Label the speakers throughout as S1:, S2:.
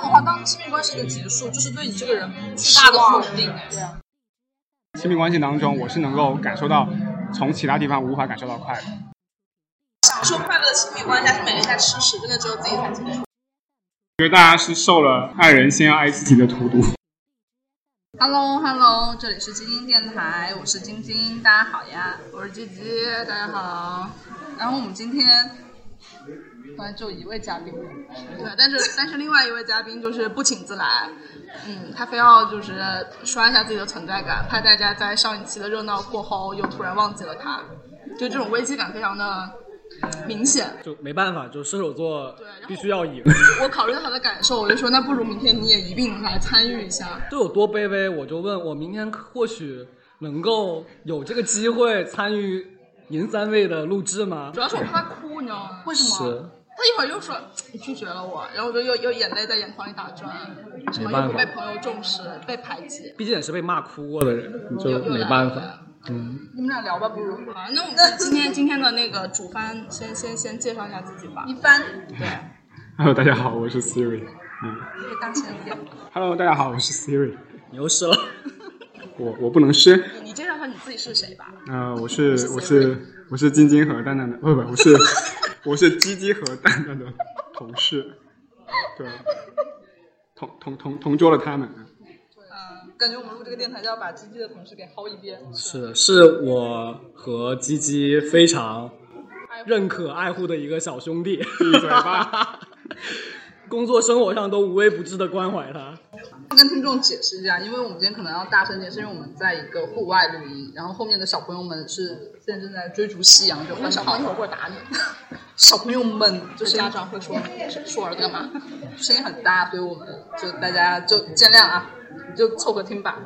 S1: 的话，当亲密关系的结束，就是对你这个人巨大的不稳定。哎
S2: 对啊，
S3: 亲密关系当中，我是能够感受到从其他地方无法感受到快乐。
S1: 享受快乐的亲密关系，还是每个人在吃屎，真的只有自己才清楚。
S3: 觉得大家是受了爱人先要爱自己的荼毒。
S4: Hello Hello，这里是基金电台，我是晶晶，大家好呀，我是吉吉，大家好。然后我们今天，呃
S2: 反正就一位嘉宾，
S4: 对，但是但是另外一位嘉宾就是不请自来，嗯，他非要就是刷一下自己的存在感，怕大家在上一期的热闹过后又突然忘记了他，就这种危机感非常的明显。
S5: 就没办法，就射手座
S4: 对然后
S5: 必须要赢。
S4: 我考虑到他的感受，我就说那不如明天你也一并来参与一下。
S5: 就有多卑微，我就问我明天或许能够有这个机会参与您三位的录制吗
S4: 主？要是我怕他哭，你知道吗？为什么？
S5: 是，
S4: 他一会儿又说你拒绝了我，然后我就又又眼泪在眼眶里打转，什么
S5: 没办
S4: 又不
S5: 法
S4: 被朋友重视，被排挤。
S5: 毕竟也是被骂哭过的人，
S4: 又
S5: 就
S4: 又
S5: 没
S4: 来
S5: 办
S4: 了
S5: 法。嗯，
S4: 你们俩聊吧，不如。啊，那我们今天今天的那个主番先先先介绍一下自己吧
S1: 一。般
S3: Hello，大家好，我是 Siri。嗯
S4: 可以大声一点。
S3: ，Hello，大家好，我是 Siri。
S5: 你 又试了，
S3: 我我不能吃。
S4: 你介绍一下你自己是谁吧。
S3: 呃，我是我是我是晶晶和蛋蛋的，不不，我是我是鸡鸡和蛋蛋的同事，对，同同同同桌了他们。
S4: 嗯，
S2: 感觉我们录这个电台就要把基地的同事给薅一遍。
S5: 是的，是我和鸡鸡非常认可爱护的一个小兄 弟，
S3: 闭嘴 吧！
S5: 工作生活上都无微不至的关怀他。
S2: 跟听众解释一下，因为我们今天可能要大声点，是因为我们在一个户外录音，然后后面的小朋友们是现在正在追逐夕阳，就
S4: 因为小朋友一会儿过来打你，
S2: 小朋友们就是
S4: 家长会 说
S2: 说儿子干嘛， 声音很大，所以我们就大家就见谅啊，就凑合听吧。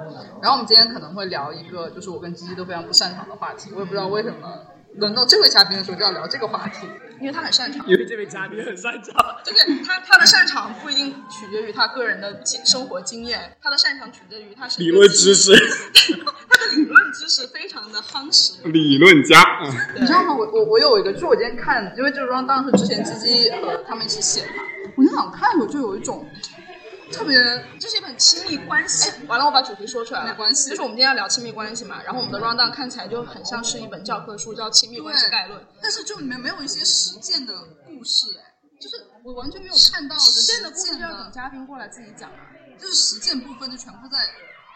S2: 然后我们今天可能会聊一个，就是我跟鸡鸡都非常不擅长的话题，我也不知道为什么轮到这位嘉宾的时候就要聊这个话题，
S4: 因为他很擅长。
S5: 因为这位嘉宾很擅长，
S4: 就是他他的擅长不一定取决于他个人的经生活经验，他的擅长取决于他是一
S5: 理
S4: 个
S5: 论
S4: 基
S5: 知识，
S4: 他的理 论知识非常的夯实。
S3: 理论家，嗯
S2: 你知道吗？我我我有一个，就是我今天看，因为就是说当时之前鸡鸡和他们一起写嘛，我那场看我就有一种
S4: 特别，这是一本亲密关系。完了，我把主题说出来了，
S2: 没关系
S4: 就是我们今天要聊亲密关系嘛，然后我们的 round down 看起来就很像是一本教科书，叫《亲密关系概论》。
S2: 但是就里面没有一些实践的故事，哎，就是我完全没有看到
S4: 实践的
S2: 的
S4: 故事要等嘉宾过来自己讲啊，
S2: 就是实践部分就全部在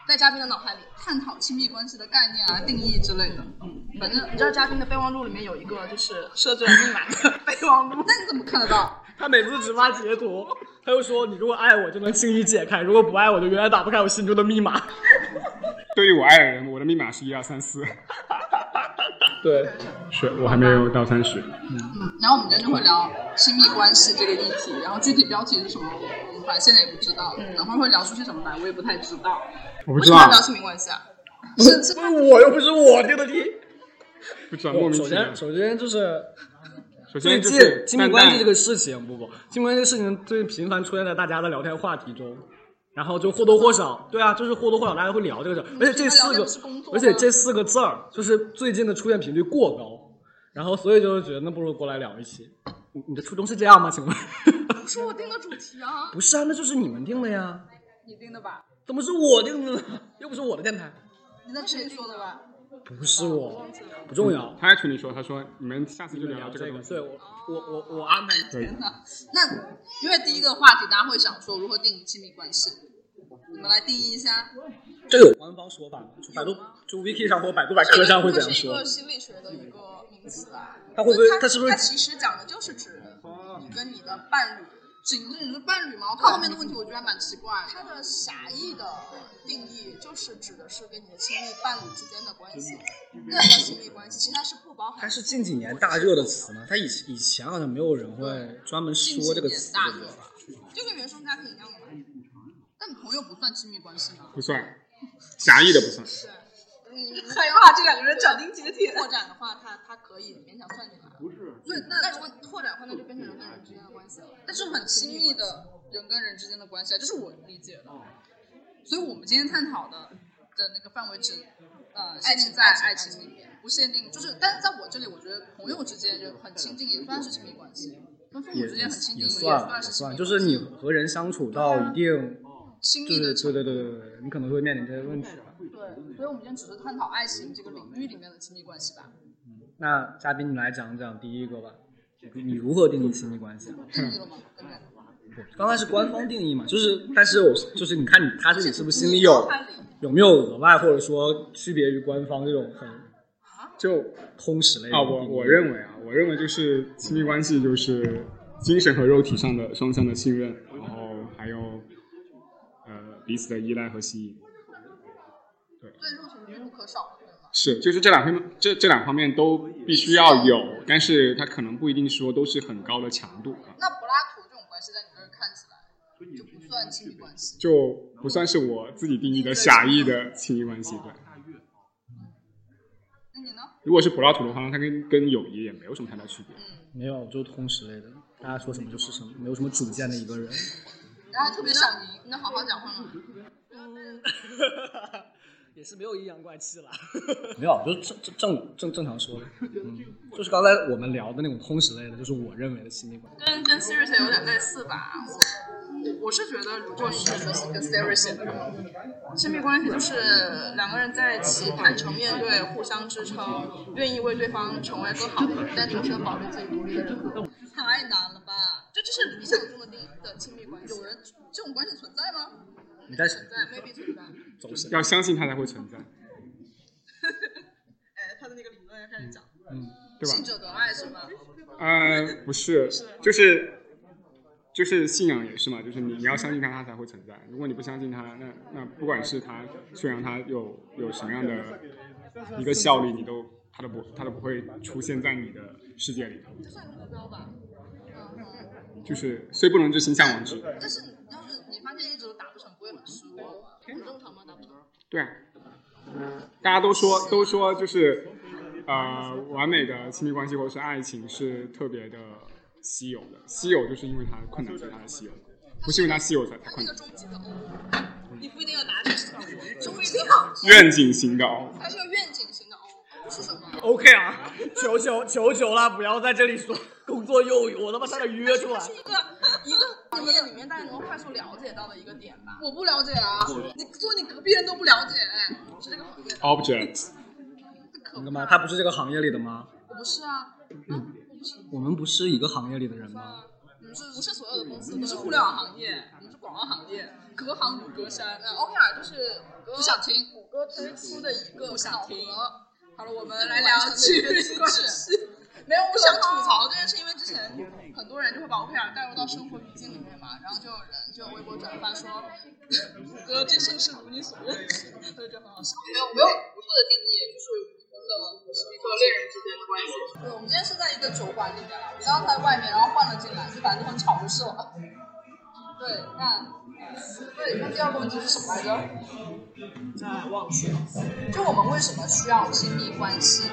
S4: 在嘉宾的脑海里。
S2: 探讨亲密关系的概念啊、定义之类的。嗯，
S4: 反正你知道，嘉宾的备忘录里面有一个就是设置了密码 的备忘录。
S2: 那你怎么看得到？
S5: 他每次只发截图，他就说你如果爱我就能轻易解开，如果不爱我就永远打不开我心中的密码。
S3: 对于我爱的人，我的密码是一二三四，
S5: 对，
S3: 是我还没有到三十。
S2: 嗯，然后我们今天就会聊亲密关系这个议题，然后具体标题是什么，我们反正现在也不知道，
S4: 嗯
S2: 然后会聊出些什么来，我也不太知道。
S3: 我不
S2: 为
S3: 知
S2: 什么要
S3: 道，
S2: 聊亲密关 系啊？是是
S5: 我又不是我定的题。
S3: 不知道，啊莫名
S5: 首
S3: 其妙
S5: 先，。首先就是
S3: 首
S5: 最
S3: 先就
S5: 近
S3: 是
S5: 亲密
S3: 蛋
S5: 关系
S3: 蛋
S5: 这，个事情，不不，亲密关系事情最近频繁出现在大家的聊天话题中，然后就或多或少，对啊，就是或多或少大家会聊这个事儿，而且这四
S2: 聊
S5: 个
S2: 的是工，作吗
S5: 而且这四个字儿就是最近的出现频率过高，然后所以就是觉得那不如过来聊一期。你你的初衷是这样吗？请问？
S2: 不是我定的主题啊？
S5: 不是啊，那就是你们定的呀，
S2: 你定的吧？
S5: 怎么是我定的呢？又不是我的电台，
S2: 你在群里说的吧？
S5: 不是我，不重要。
S3: 他在群里说，他说你们下次就
S5: 就
S3: 聊
S5: 聊
S3: 这个
S5: 这个，
S3: 东西
S5: 对。我我我我安排 你。
S3: 对，
S2: 那因为第一个话题，大家会想说如何定义亲密关系，你们来定义一下。
S5: 这有官方说法吗？就百度就 Wiki 上或百度百科上会怎样
S4: 是一
S5: 说
S4: 个？心理学的一个名词啊。
S5: 他会不会
S4: 它
S5: 他是不是
S4: 它其实讲的就是指你跟你的伴侣，
S2: 仅是你是伴侣吗？看后面的问题，我觉得还蛮奇怪的。
S4: 它的狭义的定义就是指的是跟你的亲密伴侣之间的关系，那叫亲密关系，其实它是不包含
S5: 它。是近几年大热的词吗？它以以前好像没有人会专门
S2: 近
S5: 说
S2: 几
S5: 这个
S2: 年
S5: 词。
S2: 大热吧，
S4: 就跟原生家庭一样的嘛。
S2: 但朋友不算亲密关系吗？
S3: 不算，狭义的不算。
S4: 你
S2: 害怕这两个人斩钉截铁
S4: 拓展的话，它它可以勉强算进来。
S2: 对，那
S4: 那如果拓展的话，那就变成人跟人之间的关系了。
S2: 但是很亲密的人跟人之间的关系啊，这是我理解的。
S5: 哦
S2: 所以我们今天探讨的的那个范围只呃
S4: 爱
S2: 爱
S4: 情
S2: 情在
S4: 嗯爱
S2: 爱
S4: 情
S2: 情里面，不限定。就是，但是在我这里，我觉得朋友之间就很亲近，也算是亲密关系。跟父母
S5: 也
S2: 之间很亲近，
S5: 也
S2: 也
S5: 算
S2: 算
S5: 也
S2: 是
S5: 算，
S2: 亲密
S5: 就是你和人相处到一定，
S2: 亲
S5: 就
S2: 密的
S5: 是
S2: 程
S5: 对
S2: 度。
S5: 对对对对，你可能会面临这些问题吧。
S2: 对，所以我们今天只是探讨爱情这个领域里面的亲密关系 吧。
S5: 那嘉宾你来讲讲第一个吧，你如何定义亲密关系啊？
S2: 定义了吗？跟着
S5: 刚才是官方定义嘛，就是但是我就是你看你他自己是不是心里有
S2: 看你
S5: 有没有额外或者说区别于官方这种很
S3: 就
S5: 通识类的
S3: 啊，我
S5: 定义
S3: 我认为啊，我认为就是亲密关系就是精神和肉体上的双向的信任，然后还有呃彼此的依赖和吸引。
S2: 对肉体无处可少，对吗？
S3: 是，就是这两方这这两方面都必须要有，但是它可能不一定说都是很高的强度啊，
S2: 那柏拉图这种关系在你这儿看起来就不算亲密关系。
S3: 就不算是我自己定义的狭义的亲密关系。对，
S2: 那你呢？
S3: 如果是柏拉图的话，它跟跟友谊也没有什么太大区别。
S5: 没有，就是通识类的，大家说什么就是什么，没有什么主见的一个人。
S2: 然后特别想赢，你能好好讲话吗？
S5: 也是没有阴阳怪气了， 没有，就是正正正正正常说的，嗯，就是刚才我们聊的那种通识类的，就是我认为的亲密关系。
S4: 跟跟 Siri 有点类似吧。我我是觉得，如果你是说跟 Siri 写的亲密关系，就是两个人在一起坦诚面对，互相支撑，愿意为对方成为更好的人，但同时保留自己独立的人格。
S2: 太难了吧？
S4: 这就是理想中的定义的亲密关系。
S2: 有人这种关系存在吗？
S5: 你在
S4: 存在，maybe 存在。
S5: 走神？
S3: 要相信它才会存在，
S4: 哎，他的那个理论要开始讲。
S5: 嗯，
S3: 对吧
S2: 信？者得爱是吗？
S3: 呃，不是，就是就是信仰也是嘛，就是你你要相信它，它才会存在。如果你不相信它，那那不管是它宣扬它有有什么样的一个效力，你都它都不它都不会出现在你的世界里头。
S2: 这算是目标吧。嗯，
S3: 就是虽不能至，心向往之。
S2: 但是你要是你发现一直都打不成，不会很失落吗？很正常吗？打不成？
S3: 对啊，嗯大家都说都说就是呃，完美的亲密关系或者是爱情是特别的稀有的，稀有就是因为它困难，所以它才稀有。不是因为它稀有才才
S2: 它
S3: 困
S2: 是一个
S3: 难，
S2: 终极的偶，
S4: 你不一定要拿着手，不一定要。
S3: 愿景型的哦。
S2: 它是个愿景型的偶，不是什么。
S5: OK 啊，求求求求了，不要在这里说工作又有，我他妈差点约出来。
S4: 一个一个你们里面大家能快速了解到的一个点吧。
S2: 我不了解啊，你坐你隔壁人都不了解，哎是这个行业的，
S3: Object，
S2: 可
S5: 那
S2: 不
S5: 个吗？他不是这个行业里的吗？
S2: 我不是啊，
S5: 我们不是一个行业里的人吗？
S2: 你们是不是所有的公司，你们是互联网行业，你们是广告行业，隔行如隔山。嗯那 OKR 就是不想听，谷歌推出的一个不想听。好了，我们来聊区别 关系。
S4: 没有，我想吐槽这件事，因为之前很多人就会把 OKR 带入到生活语境里面嘛，然后就有人就有微博转发说，谷歌这盛世如你所愿， 就觉得很好笑。
S2: 没有没有不错的定义，就是普通的和恋人之间的关系。
S4: 对，我们今天是在一个酒馆里面了，我们刚才外面，然后换了进来，就把这很吵就是了。对，那对，那第二个问题是什么来着？哎，忘记了。就我们为什么需要亲密关系？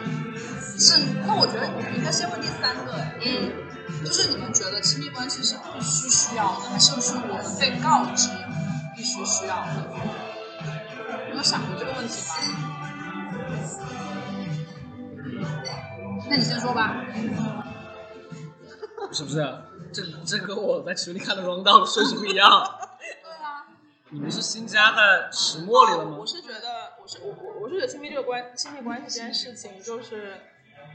S4: 是，那我觉得我们应该先问第三个，哎，嗯，就是你们觉得亲密关系是必须需要的，还是是我们被告知必须需要的？你有想过这个问题吗？那你先说吧。
S5: 是不是？这这跟我在群里看的 round down 的顺序不一样。
S4: 对啊。
S5: 你们是新加在石墨里了吗
S4: 哦我？是觉得，我是我我我是觉得亲密这个关亲密关系这件事情，就是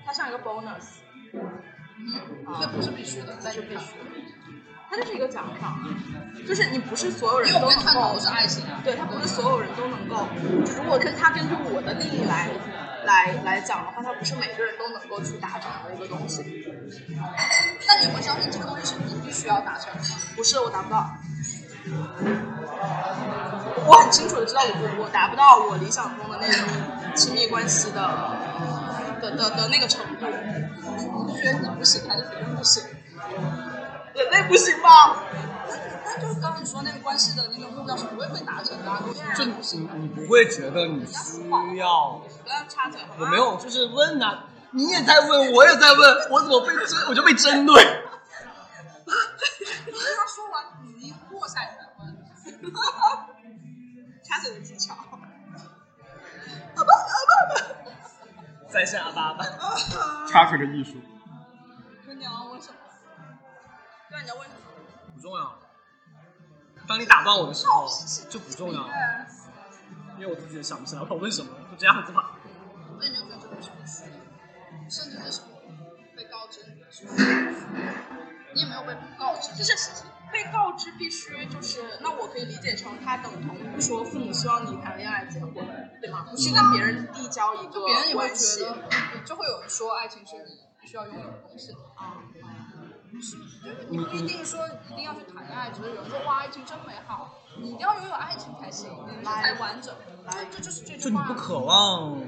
S4: 它像一个 bonus，嗯，这不是必须的，但是必须的，它就是一个奖赏，就是你不是所有人
S2: 因为
S4: 都
S2: 我们
S4: 能
S2: 探讨
S4: 够
S2: 的是，爱情啊，
S4: 对，它不是所有人都能够，就如果跟它根据我的定义来来来讲的话，它不是每个人都能够去达成的一个东西，
S2: 那你会相信这个东西是你必须要达成的吗？
S4: 不是我达不到。我很清楚的知道我我达不到我理想中的那种亲密关系的的的的那个程度，
S2: 你觉得你不行，还是别人不行？
S4: 人类不行吧？
S2: 那就是刚刚你说那个关系的那个目标是不会被达成的啊，如果别
S5: 就
S2: 人不行
S5: 你，你不会觉得你需要？
S4: 不要插嘴好
S5: 我
S4: 吗？
S5: 没有，就是问呐、你也在问，我也在问，我怎么被针，我就被针对。
S2: 你跟他说完，你过下一个问。
S4: 插嘴的技 巧。
S2: 啊
S5: 在线阿巴吧，
S3: 插腿的艺术。
S2: 你要问什么？
S1: 你要问什么？
S5: 不重要。当你打断我的时候，就不重要，因为我自己也想不起来我问什么，就这样子吧。
S1: 那你就觉得这不是你需要，甚至这是被告知你的需要。你也没有被告知，就是被告知必须就是，那我可以理解成他等同于说父母希望你谈恋爱结婚，对吗？不是跟别人递交一个
S2: 啊别人也会
S1: 关
S2: 觉
S1: 系。
S2: 得，就会有人说爱情是你必须要拥有的东西。啊，就是你不一定说一定要去谈恋爱，只是有人说哇，爱情真美好，你一定要拥有爱情才行，人生才完整。这这就是这句
S5: 就你
S2: 话。
S5: 不渴望，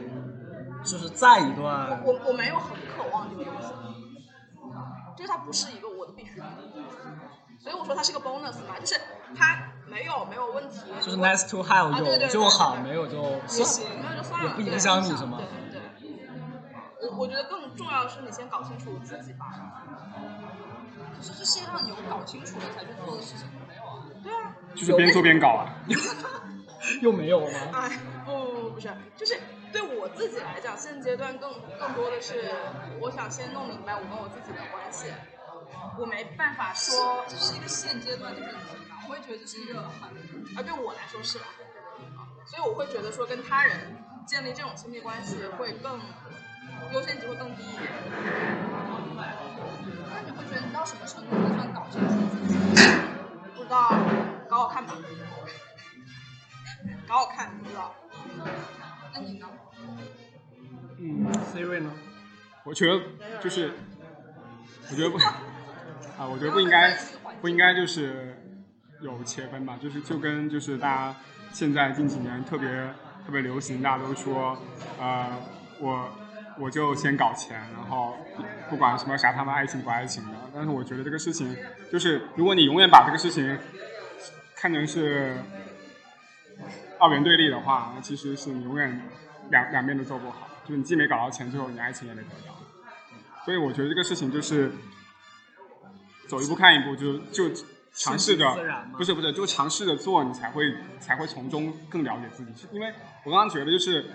S5: 就是再一段
S1: 我我没有很渴望这个东西，就是它不是一个我的必须，所以我说它是个 bonus 嘛，就是它没有没有问题，
S5: 就是 nice to have，
S1: 啊对对
S5: 有
S1: 对
S5: 就好，
S1: 对对
S5: 没有就
S1: 不行，那就算了，
S5: 也不
S1: 对
S5: 影响你什么
S1: 对对对，我我觉得更重要的是你先搞清楚自己吧。
S2: 可是这世界上有搞清楚了才去做的事情没有啊？
S1: 对啊，
S3: 就是边做边搞啊。
S5: 又没有吗？
S1: 哎，不不不不是，就是对我自己来讲，现阶段更更多的是，我想先弄明白我跟我自己的关系，我没办法说
S2: 这是一个现阶段的认知吧，我会觉得这是一个很
S1: 啊，对我来说是吧？啊所以我会觉得说跟他人建立这种亲密关系会更优先级会更低一点。
S2: 那你会觉得你到什么程度才算搞清楚自己？
S1: 不知道，搞好看吧， 搞好看，不知道。
S2: 那你呢？
S3: 嗯，
S5: Siri 呢？
S3: 我觉得就是，我觉得不啊，我觉得不应该不应该就是有切分吧，就是就跟就是大家现在近几年特别特别流行，大家都说呃我我就先搞钱，然后不管什么啥他妈爱情不爱情的，但是我觉得这个事情就是如果你永远把这个事情看成是二元对立的话，那其实是你永远两两边都做不好，就是你既没搞到钱，最后你爱情也没得到。所以我觉得这个事情就是走一步看一步，就就尝试着
S5: 顺其自然嘛，
S3: 不是不是，就尝试着做，你才会才会从中更了解自己。因为我刚刚觉得就是，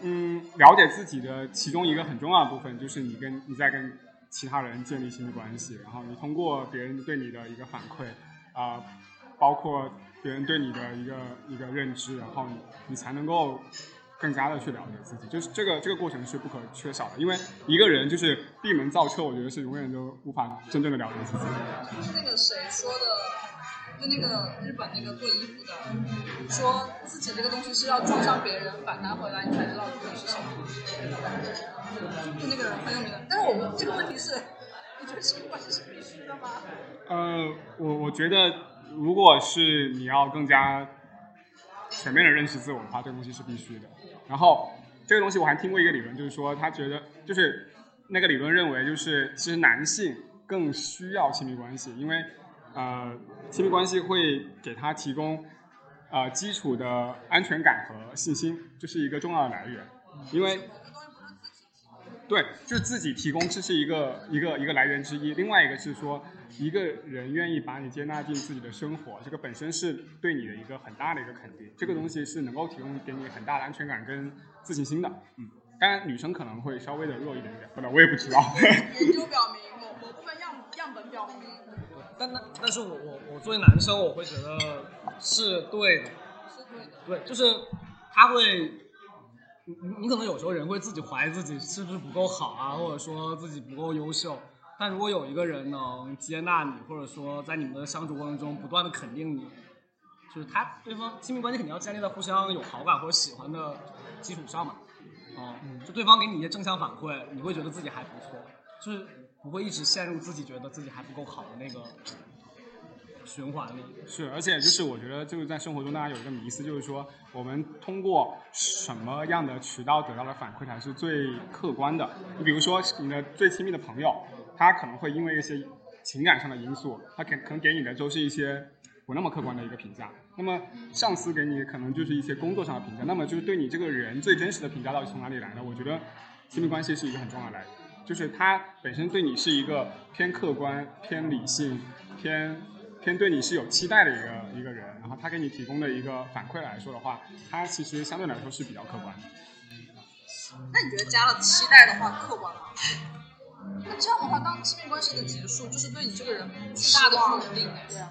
S3: 嗯，了解自己的其中一个很重要的部分就是你跟你在跟其他人建立亲密关系，然后你通过别人对你的一个反馈，啊、包括别人对你的一个一个认知，然后你你才能够更加的去了解自己，就是这个这个过程是不可缺少的，因为一个人就是闭门造车，我觉得是永远都无法真正的了解自己。
S2: 就是那个谁说的，就那个日本那个做衣服的，说自己这个东西是要撞上别人反弹回来，你才知道自己是什么。就那个人很有名的，但是我们这个问题是，你觉得亲密关系是必须的吗？
S3: 呃，我我觉得如果是你要更加全面的认识自我的话，这个东西是必须的。然后这个东西我还听过一个理论，就是说他觉得就是那个理论认为就是其实男性更需要亲密关系，因为呃亲密关系会给他提供呃基础的安全感和信心，这、是一个重要的来源，因为。对，就是自己提供，这是一个一个一个来源之一。另外一个是说，一个人愿意把你接纳进自己的生活，这个本身是对你的一个很大的一个肯定。这个东西是能够提供给你很大的安全感跟自信心的。嗯，当然女生可能会稍微的弱一点点，不能我也不知道。
S1: 研究表明，某某部分样样本表明，
S5: 但但但是我我我作为男生，我会觉得是对的，
S2: 是对的。
S5: 对，就是他会，你你你可能有时候人会自己怀疑自己是不是不够好啊，或者说自己不够优秀。但如果有一个人能接纳你，或者说在你们的相处过程中不断的肯定你，就是他对方亲密关系肯定要建立在互相有好感或者喜欢的基础上嘛。哦、就对方给你一些正向反馈，你会觉得自己还不错，就是不会一直陷入自己觉得自己还不够好的那个循环里。
S3: 是，而且就是我觉得就是在生活中大家有一个迷思，就是说我们通过什么样的渠道得到的反馈才是最客观的。你比如说你的最亲密的朋友，他可能会因为一些情感上的因素，他给可能给你的都是一些不那么客观的一个评价。那么上司给你可能就是一些工作上的评价，那么就是对你这个人最真实的评价到底从哪里来呢？我觉得亲密关系是一个很重要的来源，就是他本身对你是一个偏客观、偏理性、偏偏对你是有期待的一个一个人，然后他给你提供的一个反馈来说的话，他其实相对来说是比较客观的。
S2: 那你觉得加了期待的话客观吗？那这样的话，当亲密关系的结束，就是对你这个人巨大的否定。对啊，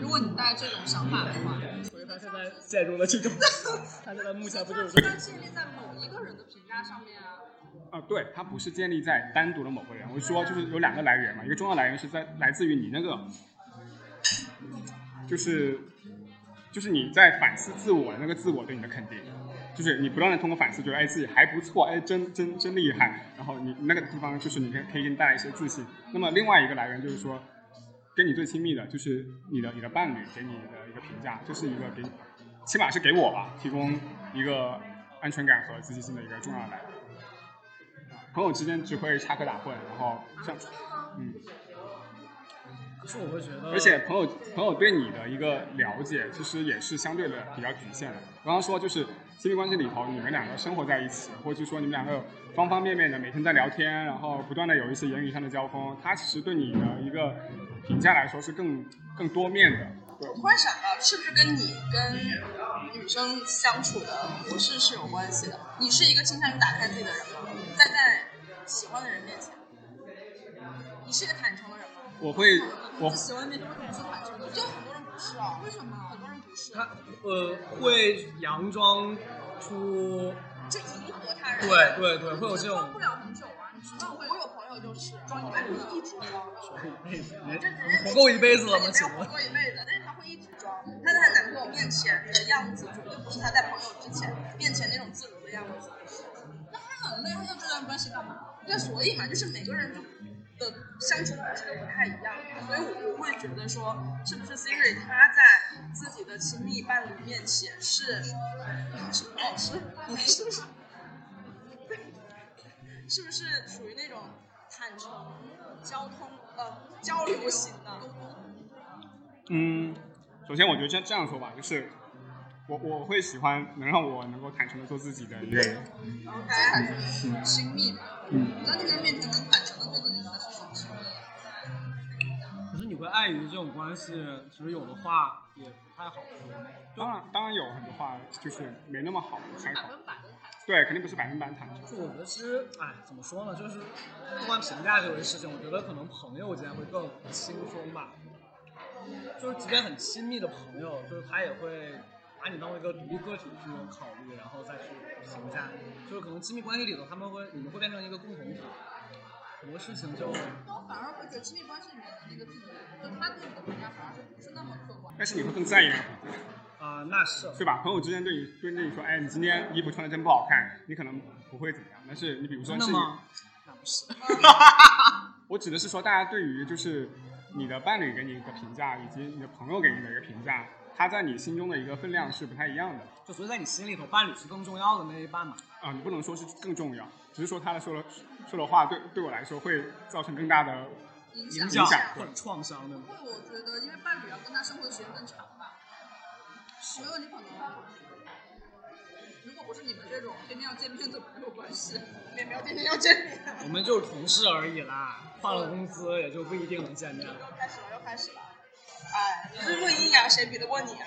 S2: 如果你带这种想法的话，
S5: 所以他现在陷入了这种， 他现在目前不就是
S2: 它它建立在某一个人的评价上面啊。
S3: 啊，对，它不是建立在单独的某个人，我说就是有两个来源嘛，一个重要来源是在来自于你那个，就是就是你在反思自我那个自我对你的肯定，就是你不断的通过反思觉得哎自己还不错，哎真真真厉害，然后你那个地方就是你可以可以给你带来一些自信。那么另外一个来源就是说，跟你最亲密的就是你的你的伴侣给你的一个评价，这、是一个给，起码是给我吧提供一个安全感和自信心的一个重要来源。朋友之间只会插科打诨，然后像，嗯，
S5: 可是我会觉得，
S3: 而且朋友朋友对你的一个了解，其实也是相对的比较局限的。我刚刚说就是亲密关系里头，你们两个生活在一起，或者是说你们两个有方方面面的每天在聊天，然后不断的有一些言语上的交锋，他其实对你的一个评价来说是更更多面的。
S1: 我突然想到，是不是跟你跟女生相处的模式是有关系的？你是一个倾向于打开自己的人吗？站在喜欢的人面前，你是一个坦诚的人吗？
S3: 我会我
S1: 在喜欢的面前为什么是坦诚的？就很多人不是啊，为什么？很多人不是，
S5: 他呃会佯装出，
S1: 就迎合他人。
S5: 对对对，会有
S1: 你
S5: 这
S1: 装
S5: 种
S1: 不了很久啊，你知道我有朋友就是装，你看你一直装。
S5: 人活够一辈子了吗？请
S1: 活
S5: 问，
S1: 过一辈子，但是她会一直装。她在她男朋友面前的样子，绝对不是她在朋友之前面前那种自如的样子。那她很累，她要这段关系干嘛？对，所以嘛，就是每个人就的相处模式都不太一样，所以我我会觉得说，是不是 Siri 她在自己的亲密伴侣面前
S2: 哎
S1: 是是老师，你是不是？是不是属于那种坦诚交通呃交流型的？
S3: 嗯，首先我觉得这这样说吧，就是我我会喜欢能让我能够坦诚的做自己的一个人。
S1: OK，
S2: 亲密嘛，
S3: 嗯。
S2: 你在那个人面前能坦诚的做自己才是什么亲密啊？
S5: 可是你会碍于这种关系，其实有的话也不太好说。
S3: 当然，当然有很多话就是没那么好开口，
S2: 分百的坦
S3: 对，肯定不是百分百坦诚。
S5: 就我觉得其实，哎，怎么说呢？就是客观评价这回事情，我觉得可能朋友间会更轻松吧。就是即便很亲密的朋友，就是他也会把你当一个独立个体去考虑，然后再去评价。就是可能亲密关系里头，他们会你们会变成一个共同体，很多事情就
S2: 诚，我反而会觉得亲密关系里面的那个自己，就他对你的评价反而就不是那么客观。
S3: 但是你会更在意那个朋友，
S5: 啊、那是
S3: 对吧？朋友之间对你对对你说，哎，你今天衣服穿的真不好看，你可能不会怎么样。但是你比如说
S5: 真的
S3: 是，
S5: 吗？那不是。
S3: 我指的是说，大家对于就是你的伴侣给你的评价，以及你的朋友给你的一个评价，他在你心中的一个分量是不太一样的。
S5: 就所以在你心里头，伴侣是更重要的那一半嘛。
S3: 啊、你不能说是更重要，只是说他的说的说的话对对我来说会造成更大的
S2: 影
S5: 影
S3: 响
S5: 或者创伤那种。
S2: 会我觉得，因为伴侣要跟他生活的时间更长吧，朋友你可能，如果不是你们这种天天要见面的朋友关系，也没有天天要见面。
S5: 我们就是同事而已啦，发了工资也就不一定能见面了。
S1: 开始了，又开始了。哎，你是论阴阳，谁比得过你啊？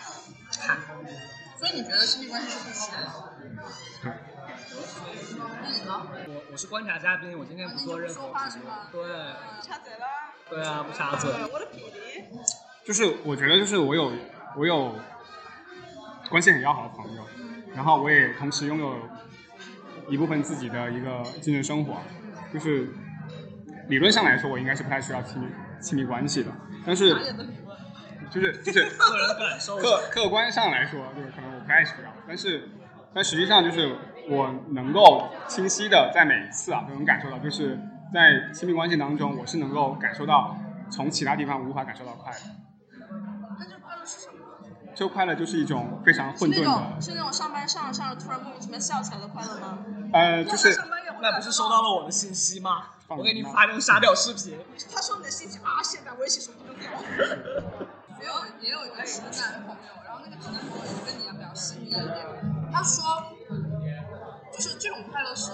S2: 所以你觉得亲密关系是必须的吗？那你呢？
S5: 我我是观察嘉宾，我今天不做任何
S2: 说话
S5: 事
S2: 是
S5: 情。
S1: 啊
S2: 吗？
S5: 对
S1: 插嘴啦！
S5: 对啊，不插 嘴。
S1: 呃我的匹敌。
S3: 就是我觉得就是我有我有关系很要好的朋友，然后我也同时拥有一部分自己的一个精神生活，就是理论上来说我应该是不太需要亲密亲密关系的，但是就是就是
S5: 个人感受
S3: 客客观上来说，就是可能我不太需要，但是但实际上就是我能够清晰的在每一次啊都能感受到，就是在亲密关系当中，我是能够感受到从其他地方无法感受到快乐。
S1: 那这快乐是什么？
S3: 这快乐就是一种非常
S1: 是
S3: 混
S1: 那
S3: 沌
S1: 种
S3: 的，
S1: 是那种上班上着上着突然莫名其妙笑起来的快乐吗？
S3: 呃，就是
S1: 上班也会
S5: 那不是收到了我的信息吗？
S3: 放
S5: 我给你
S3: 慢
S5: 发那种傻屌视频。
S1: 他说你的心情啊，现在微信手机扔掉。
S2: 也有也有一个直男朋友，然后那个直男朋友就跟你要比较细腻一点，他说，就是这种快乐是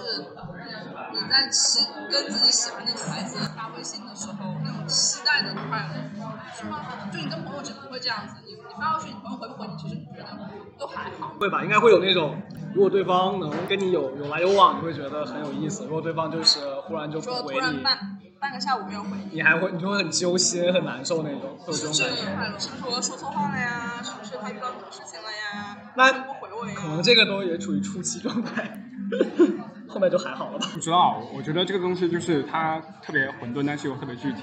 S2: 你在期跟自己喜欢的女孩子发微信的时候那种期待的快乐，说就你跟朋友之间不会这样子，你你发过去，你朋友回不回你，其实你觉得都还好。
S5: 会吧，应该会有那种，如果对方能跟你有有来有往，你会觉得很有意思；如果对方就是忽然就不
S1: 说
S5: 回
S1: 突然
S5: 你，
S1: 半半个下午没有回你，
S5: 你还会你就会很揪心、很难受那种，会有这
S1: 是
S5: 种
S1: 不是
S5: 感觉。
S1: 是不是我说错话了呀？是不是他遇到什么事情了呀？
S5: 那
S1: 他不回我呀？
S5: 可能这个都也处于初期状态， 后面就还好了吧。
S3: 不知道，啊我觉得这个东西就是它特别混沌，但是又特别具体，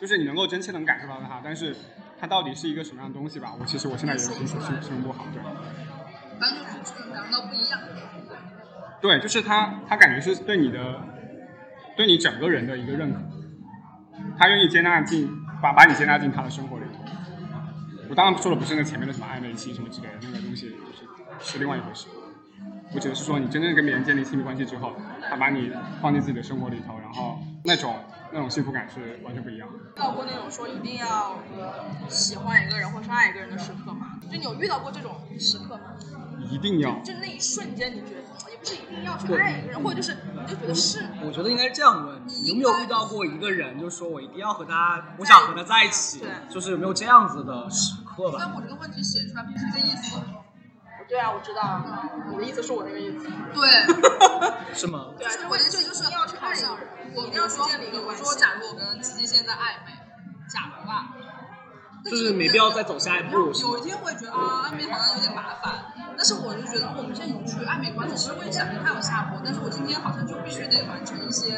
S3: 就是你能够真切能感受到它，但是它到底是一个什么样的东西吧？我其实我现在也形容形形容不好，对。
S2: 当就主持人感到不一样。
S3: 对，就是他，他感觉是对你的，对你整个人的一个认可，他愿意接纳进，把把你接纳进他的生活里头。我当然说的不是那前面的什么暧昧期什么之类的那个东西，就是是另外一回事。我只是说，你真正跟别人建立亲密关系之后，他把你放进自己的生活里头，然后那种那种幸福感是完全不一样的。
S1: 遇到过那种说一定要喜欢一个人或是爱一个人的时刻吗？就你有遇到过这种时刻吗？
S3: 一定要
S1: 就那一瞬间，你觉得也不是一定要去爱一个人，或者就是你就觉得是
S5: 我觉得应该这样问：你有没有遇到过一个人，就说我一定要和他，我想和他在一起
S1: 对，
S5: 就是有没有这样子的时刻吧？
S2: 但我这个问题写出来不是这意思。
S1: 对啊，我知道啊，你的意思是我那个意思。
S2: 对，
S5: 是吗？
S1: 对啊，
S2: 就是
S1: 就
S2: 我
S1: 问
S2: 的
S1: 题
S2: 意思就是
S1: 一定要去爱一个人，
S2: 我
S1: 一定
S2: 比如
S1: 要去
S2: 说，
S1: 建立一个
S2: 我
S1: 关系。
S2: 说假如我跟吉吉现在暧昧，假如啊，但
S5: 就是没必要再走下一步，是吗
S2: 有一天我也觉得啊，暧昧好像有点麻烦，但是我就觉得我们现在已经处于暧昧关系，其实我也想跟他有下播，但是我今天好像就必须得完成一些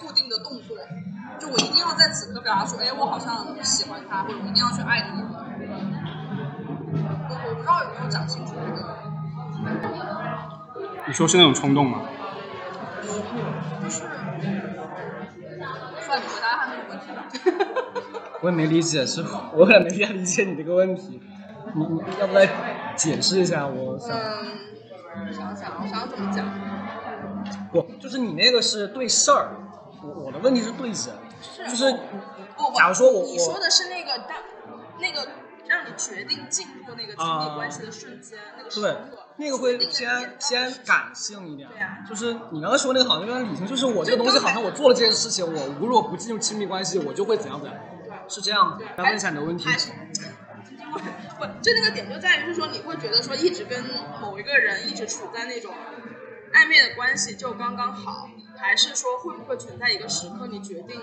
S2: 固定的动作，就我一定要在此刻表达出，哎，我好像喜欢他，或者我一定要去爱这个人。我我不知道有没有讲清楚这个，
S3: 你说是那种冲动吗？
S2: 算你回答他那个问题吧。
S5: 我也没理解，是 我也没理解理解你这个问题，你你要不来解释一下？我想，
S2: 嗯，想想，我想想怎么讲。
S5: 我就是你那个是对事儿，我我的问题是对人，就是
S1: 不不，
S5: 假如说我
S1: 你说
S5: 我
S1: 的是那个让那个让你决定进入那个亲密关系的瞬间，那个时
S5: 对
S1: 刻，
S5: 那个会偏偏感性一点
S1: 对啊，
S5: 就是你刚才说那个好像有点理性，就是我这个东西好像我做了这件事情，我如果不进入亲密关系，我就会怎样怎样，是这样子。来问一下你的问题
S1: 还，是。不，就那个点就在于是说，你会觉得说一直跟某一个人一直处在那种暧昧的关系就刚刚好，还是说会不会存在一个时刻，你决定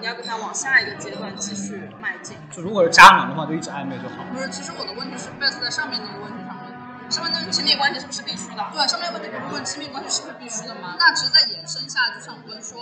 S1: 你要跟他往下一个阶段继续迈进？
S5: 就如果是渣男的话，就一直暧昧就好。
S2: 不是，其实我的问题是 base 在上面那个问题上面，上面那个
S1: 亲密关系是不是必须的？
S2: 对，上面问题不是问亲密关系是不是必须的吗？那只是在延伸下，就想问说，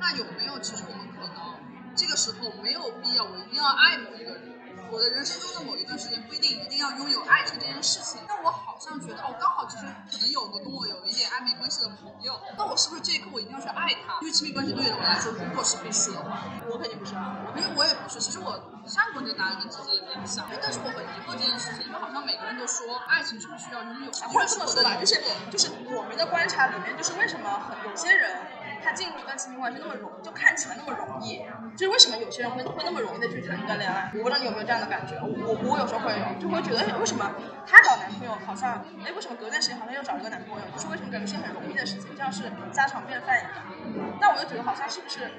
S2: 那有没有其实我们可能这个时候没有必要，我一定要爱某一个人。我的人生中的某一段时间不一定一定要拥有爱情这件事情，但我好像觉得哦，刚好其实可能有个跟我有一点暧昧关系的朋友，那我是不是这一刻我一定要去爱他？因为亲密关系对于我来说，如果是必须的话，
S1: 我肯定不是啊。
S2: 因为我也不是，其实我上过这个答案跟自己也比较像，但是我很疑惑这件事情，因为好像每个人都说爱情是不是需要拥有，
S1: 或者这么说吧，就是
S2: 我
S1: 就是我们的观察里面，就是为什么很有些人他进入一段亲密关系那么容易，就看起来那么容易，就是为什么有些人会会那么容易的去谈一段恋爱？我不知道你有没有这样的感觉，我我我有时候会有，就会觉得哎为什么她找男朋友好像，哎为什么隔段时间好像又找了个男朋友，就是为什么感觉是很容易的事情，像是家常便饭一样。但我就觉得好像是不是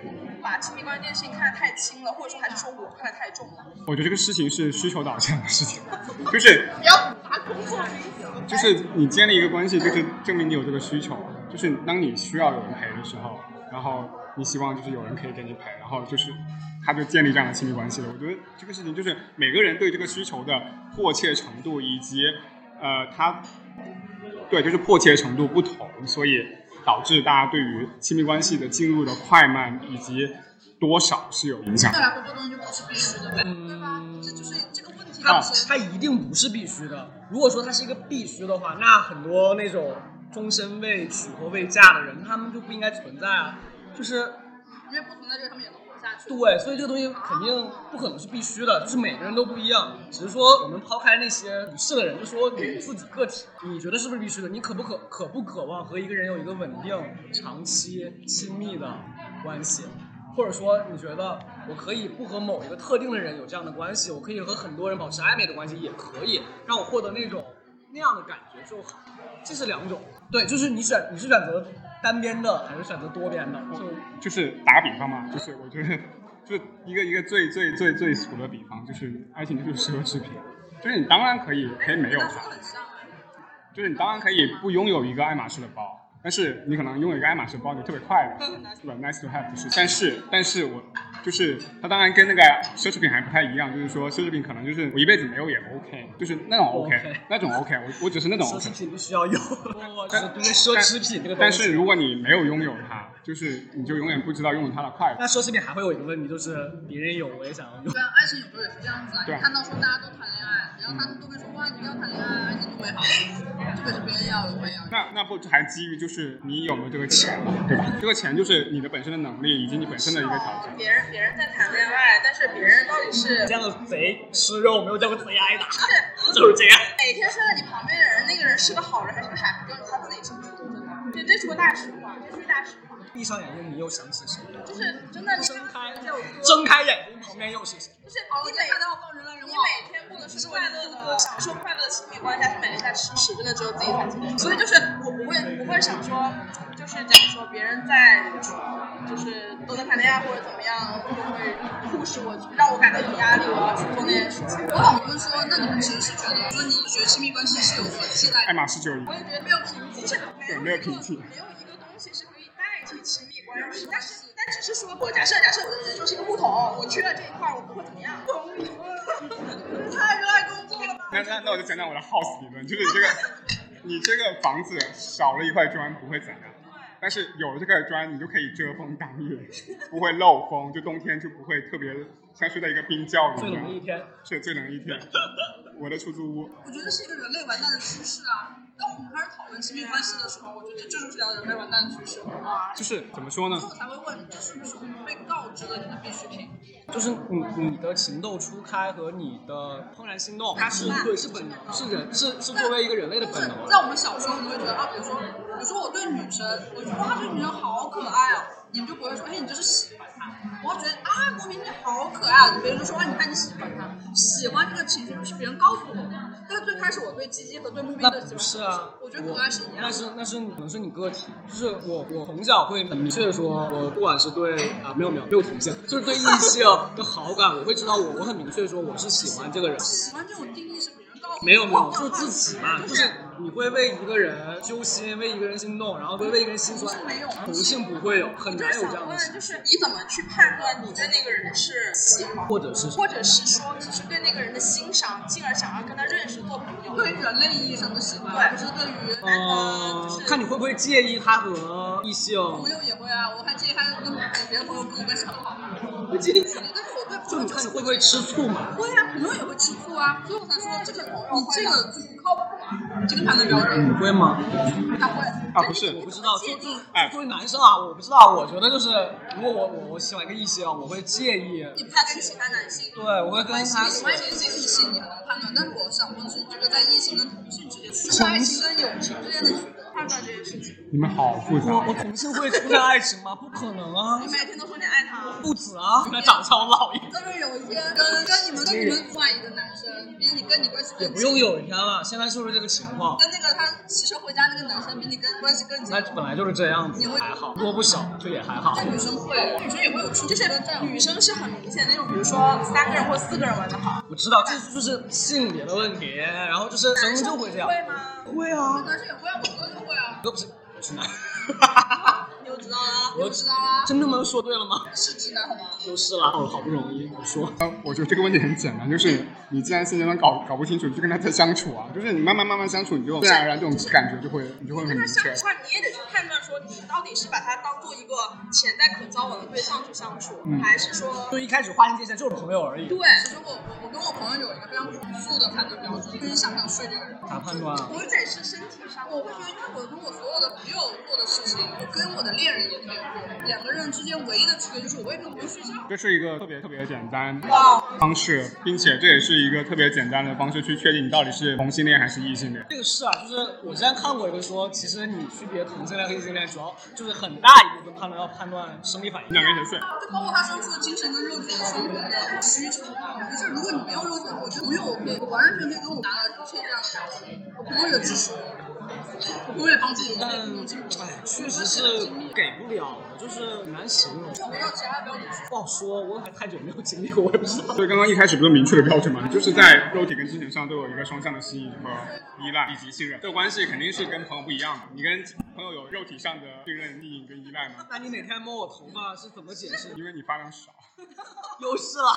S1: 把亲密关系这件事情看得太轻了，或者说还是说我看得太重了？
S3: 我觉得这个事情是需求导向的事情，就是
S1: 不要拿工作为例子，
S3: 就是你建立一个关系，就是证明你有这个需求，就是当你需要有人陪的时候，然后你希望就是有人可以给你陪，然后就是他就建立这样的亲密关系了。我觉得这个事情就是每个人对这个需求的迫切程度以及呃他对就是迫切程度不同，所以导致大家对于亲密关系的进入的快慢以及多少是有影响的
S2: 对。来说这东西就不是必须的呗，对吧？这就是这个问题
S5: 它
S2: 本身。
S5: 它嗯啊一定不是必须的。如果说它是一个必须的话，那很多那种终身未娶或未嫁的人，他们就不应该存在啊。就是
S2: 因为不存在这个，他们也能活下去。
S5: 对，所以这个东西肯定不可能是必须的，就是每个人都不一样。只是说我们抛开那些不是的人，就说你自己个体，你觉得是不是必须的？你可不可可不渴望和一个人有一个稳定、长期、亲密的关系？或者说，你觉得我可以不和某一个特定的人有这样的关系，我可以和很多人保持暧昧的关系，也可以让我获得那种那样的感觉就好。这是两种，对，就是你选你是选择单边的还是选择多边的？就
S3: 就是打个比方嘛，就是我觉得，就一个一个最最最最俗的比方，就是爱情就是奢侈品，就是你当然可以可以没有它，就是你当然可以不拥有一个爱马仕的包，但是你可能拥有一个爱马仕包，你特别快乐，对吧？Nice to have 就是，但是但是我就是它当然跟那个奢侈品还不太一样，就是说奢侈品可能就是我一辈子没有也 OK，就是那种 OK,
S5: OK
S3: 那种 OK，我我只是那种
S5: 奢
S3: OK，
S5: 侈品必须要 有，我只是因为奢侈品这个东西。
S3: 但是如果你没有拥有它，就是你就永远不知道拥有它的快乐。
S5: 那奢侈品还会有一个问题，就是别人有我也想要用。
S2: 对啊，爱情有时候也是这样子啊。
S3: 对
S2: 你
S3: 啊
S2: 看到说大家都谈恋爱，然后他们都会说哇，你一定要谈恋爱，爱情多美好，特别是别人要有，我也要有。
S3: 那那不还基于就是你有没有这个钱嘛，对吧？这个钱就是你的本身的能力以及你本身的一个条件。
S1: 别人别人在谈恋爱，但是别人到底是
S5: 这
S3: 嗯
S5: 样的贼吃肉，没有见过贼挨打， 就是这样。
S1: 每天睡在你旁边的人，那个人是个好人还是个傻逼，他自己清楚。真的，对，这是个大实话，这是个大实话，
S5: 闭上眼睛，你又想起谁？
S1: 就是真的。你
S5: 睁开
S1: 看这首歌，
S5: 睁开眼睛，旁边又是谁？
S1: 就是你每
S2: 看到我放人来人
S1: 你
S2: 往。
S1: 每天过的是快乐的、享受快乐的亲密关系，还是每天在吃屎，真的只有自己才清楚。所以就是我不会不会想说，就是讲说别人在就是都在谈恋爱或者怎么样，会促使我让我感觉有压力，我要去做那件事情。
S2: 我老公就说，那你们其实是觉得说你学亲密关系是有所替代的。
S3: 爱马仕就一
S1: 我也觉得没有平替，就是
S3: 对
S1: 没
S3: 没
S1: 有
S3: 有
S1: 一个
S3: 平替
S1: 没有一个东西是可以代替亲密关系。但是，但只是说我假设，假设我的人生是一个木桶，我缺了这一块儿，我不会怎么 样。太热爱工作了吧？
S3: 那那那我就讲讲我的 house 理论，就是你这个你这个房子少了一块砖不会怎样，但是有了这块砖，你就可以遮风挡雨，不会漏风，就冬天就不会特别像睡在一个冰窖里
S5: 最
S3: 一
S5: 冷的一
S3: 样，
S5: 天，
S3: 是最冷一天。我的出租屋，
S2: 我觉得是一个人类完蛋的趋势啊。当我们开始讨论亲密关系的时候，我觉得这就是一个人类完蛋的趋势。所
S3: 就是怎么说呢？
S2: 以我才会问，这是不是我们被告知了你的必需品？
S5: 就是你你的情窦初开和你的怦然心动，它是对是本能，是人是是啊作为一个人类的
S2: 就
S5: 本
S2: 是
S5: 能。
S2: 在我们小时候，我们会觉得啊，比如说，比如说我对女生，我觉得哇，这个女生好可爱哦，你们就不会说，哎，你这是喜欢她。我会觉得啊，国民你好可爱啊，别人就说哇，你看你喜欢她，喜欢这个情绪是别人告诉我的。但是最开始我对鸡鸡和对募兵
S5: 那
S2: 的喜
S5: 不
S2: 欢，
S5: 是啊，
S2: 我觉得可爱是一样
S5: 那
S2: 的。
S5: 是那是可能是你个体，就是我我从小会很明确的说，我不管是对啊没有没有没有体现，就是对异性的好感，我会知道我我很明确地说我是喜欢这个人，
S2: 喜欢这种定义是别人告诉我的
S5: 没有没有，就是自己嘛，就是你会为一个人揪心，为一个人心动，然后会为一个人心酸，
S2: 没有
S5: 同性不会有，很
S1: 就
S5: 难
S1: 是
S5: 有这
S1: 想
S5: 样的
S1: 问，
S5: 事，
S1: 就是你怎么去判断你对那个人是喜欢，
S5: 或者是
S1: 或者是说只是对那个人的欣赏，进而想要跟他认识做朋友？
S2: 对于人类意义上的喜欢，
S1: 对
S2: 而不是对于男的，
S5: 呃
S2: 啊就是，
S5: 看你会不会介意他和异性，
S2: 朋友也会啊，我还介意他跟别的朋友跟我关系很好吗？
S5: 我介意，
S2: 但是我对
S5: 就
S2: 朋友
S5: 你
S2: 就
S5: 看
S2: 是
S5: 你会不会吃醋嘛，
S2: 会啊，朋友也会吃醋啊，所以我才说这个你这个就不靠谱啊，你这个判断标
S5: 你
S2: 准
S5: 会吗？
S2: 他会。
S3: 啊，不是
S5: 我，不知道，就就
S3: 哎
S5: 作为男生啊，我不知道，我觉得就是如果我我我喜欢一个异性，啊我会介意，
S2: 你怕跟其他男性啊
S5: 对，我会跟他
S2: 喜欢异性，异性你很能判断，但是我想问的是，你这个在异性跟同性之间，是
S5: 啊
S2: 爱情跟友情之间的区别。
S1: 判断这件事情，
S3: 你们好复杂。
S5: 我我同性会出现爱情吗？不可能啊
S1: 你，每天都说你爱他，
S5: 不止啊，那长相老一点，
S2: 但是有一天跟跟你们跟你们另外一个男生，比你跟你关系
S5: 也
S2: 更
S5: 不用
S2: 近，
S5: 有一天了，现在是不是这个情况？
S2: 跟那个他骑车回家那个男生比你跟关系更近
S5: 那，本来就是这样子，还好，多不少，这也还好
S2: 这。女生会，女生也会有出
S1: 就是女生是很明显那种，比如说三个人或四个人玩的好，
S5: 我知道，这就是性别的问题，然后就是生就会这样，
S1: 会吗？
S5: 会啊，
S2: 男生也会啊，我哥就会啊，
S5: 都不是直男，
S2: 你就知道啦，你就知道啦，
S5: 真的吗？说对了吗？
S2: 是直男好吗？
S1: 嗯
S5: 就是啦，我好不容易我说。
S3: 呃，我觉得这个问题很简单，就是你既然现阶段搞搞不清楚，你就跟他在相处啊，就是你慢慢慢慢相处，你就自然而然这种感觉就会你就会
S1: 跟
S3: 很明
S1: 他相
S3: 确
S1: 处的。话，你也得去判断说你到底是把他当做一个潜在可交往的对象去相处，
S3: 嗯
S1: 还是说
S5: 就一开始划清界限就是朋友而已。
S2: 对，其实我我我跟我朋友有一个非常朴素的判断标准，就是想不想睡这个人。
S5: 咋判断啊？
S1: 不只是身体上？
S2: 我会觉得，因为我跟我所有的朋友做的事情，我跟我的恋人也没有过，两个人之间唯一的区别就是我会跟朋友睡觉。
S3: 这是一个特别特别简单
S1: 哇，
S3: 方式，并且这也是一个特别简单的方式去确定你到底是同性恋还是异性恋。
S5: 这个是啊，就是我之前看过一个说，其实你区别同性恋和异性恋，主要就是很大一部分判断要判断生理反
S3: 你
S5: 应。
S3: 想跟谁睡？
S2: 就包括他说出的精神跟肉体的生活的需求吧。就是如果你没有肉体，我觉得没有我可以，我完完全全跟我拿了一切这样的标准。我朋友也支持我，我也帮自己
S5: 但哎，确实是给不了，就是很难形容。
S1: 没有其他标准。
S5: 不好说，我还太久没有经历过，我也不知道。
S3: 所以刚刚一开始不是明确的标准嘛，就是在肉体跟精神上都有一个双向的吸引和依赖以及信任。这个关系肯定是跟朋友不一样的，你跟朋友有肉体上的信任、利益跟依赖吗？
S5: 那你哪天摸我头发是怎么解释？
S3: 因为你发量少，
S5: 优势了，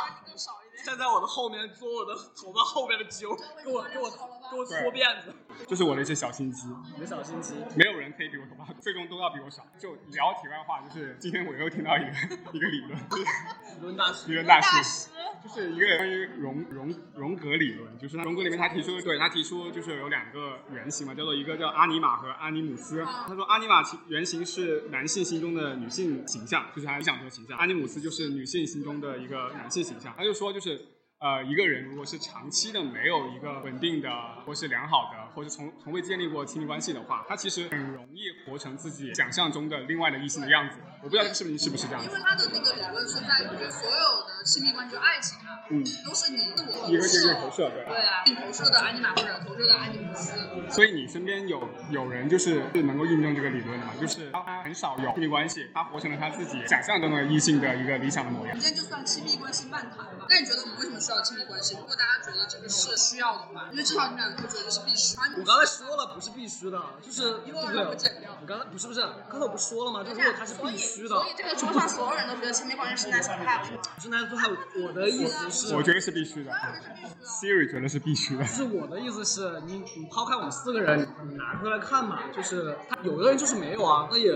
S5: 站在我的后面捉我的头发后面的揪，给我给我给我搓辫子。
S3: 就是我的一些小心机。
S5: 你的小心机，
S3: 没有人可以比我头发，最终都要比我少。就聊题外话，就是今天我又听到一个 一个理论，
S5: 理论大师
S3: 理论大师，就是一个关于荣荣荣格理论，就是他荣格里面他提出，对他提出就是有两个原型嘛，叫做一个叫阿尼玛和阿尼姆斯。他说阿尼玛其原型是男性心中的女性形象，就是他理想中的形象；阿尼姆斯就是女性心中的一个男性形象。他就说就是。呃，一个人如果是长期的没有一个稳定的，或是良好的，或是从从未建立过亲密关系的话，他其实很容易活成自己想象中的另外的异性的样子。我不知道是不是是不是这样
S2: 因
S3: 子
S2: 为。他的那个理论是在于所有的亲密关系、爱情啊，
S3: 嗯，
S2: 都是你自我
S3: 一
S2: 投
S3: 个
S2: 射
S3: 是投射，对。
S2: 对啊，你投射的阿尼玛或者投射的阿尼姆斯，
S3: 所以你身边有有人就是是能够印证这个理论的嘛？就是他很少有亲密关系，他活成了他自己想象中的异性的一个理想的模样
S2: 今。天就算亲密关系漫谈吧。那你觉得我们为什么需要亲密关系？如果大家觉得这个是需要的话，因为至少你们两个都觉得这是必须。
S5: 我刚才说了，不是必须的，就是对
S2: 一会
S5: 不
S2: 儿
S5: 对
S2: 我剪掉？
S5: 我刚才不是不是，啊刚才我不是说了吗？就
S1: 不
S5: 如
S1: 是啊
S5: 果它是必须的
S1: 所以，所以，这个桌上所有人都觉得亲密关系是 nice to have。
S5: 直男做我我的意思是，
S3: 我觉得是必须的。Siri 觉得是必须的。
S5: 就是我的意思是你你抛开我们四个人，你拿出来看嘛，就是他有的人就是没有啊，那也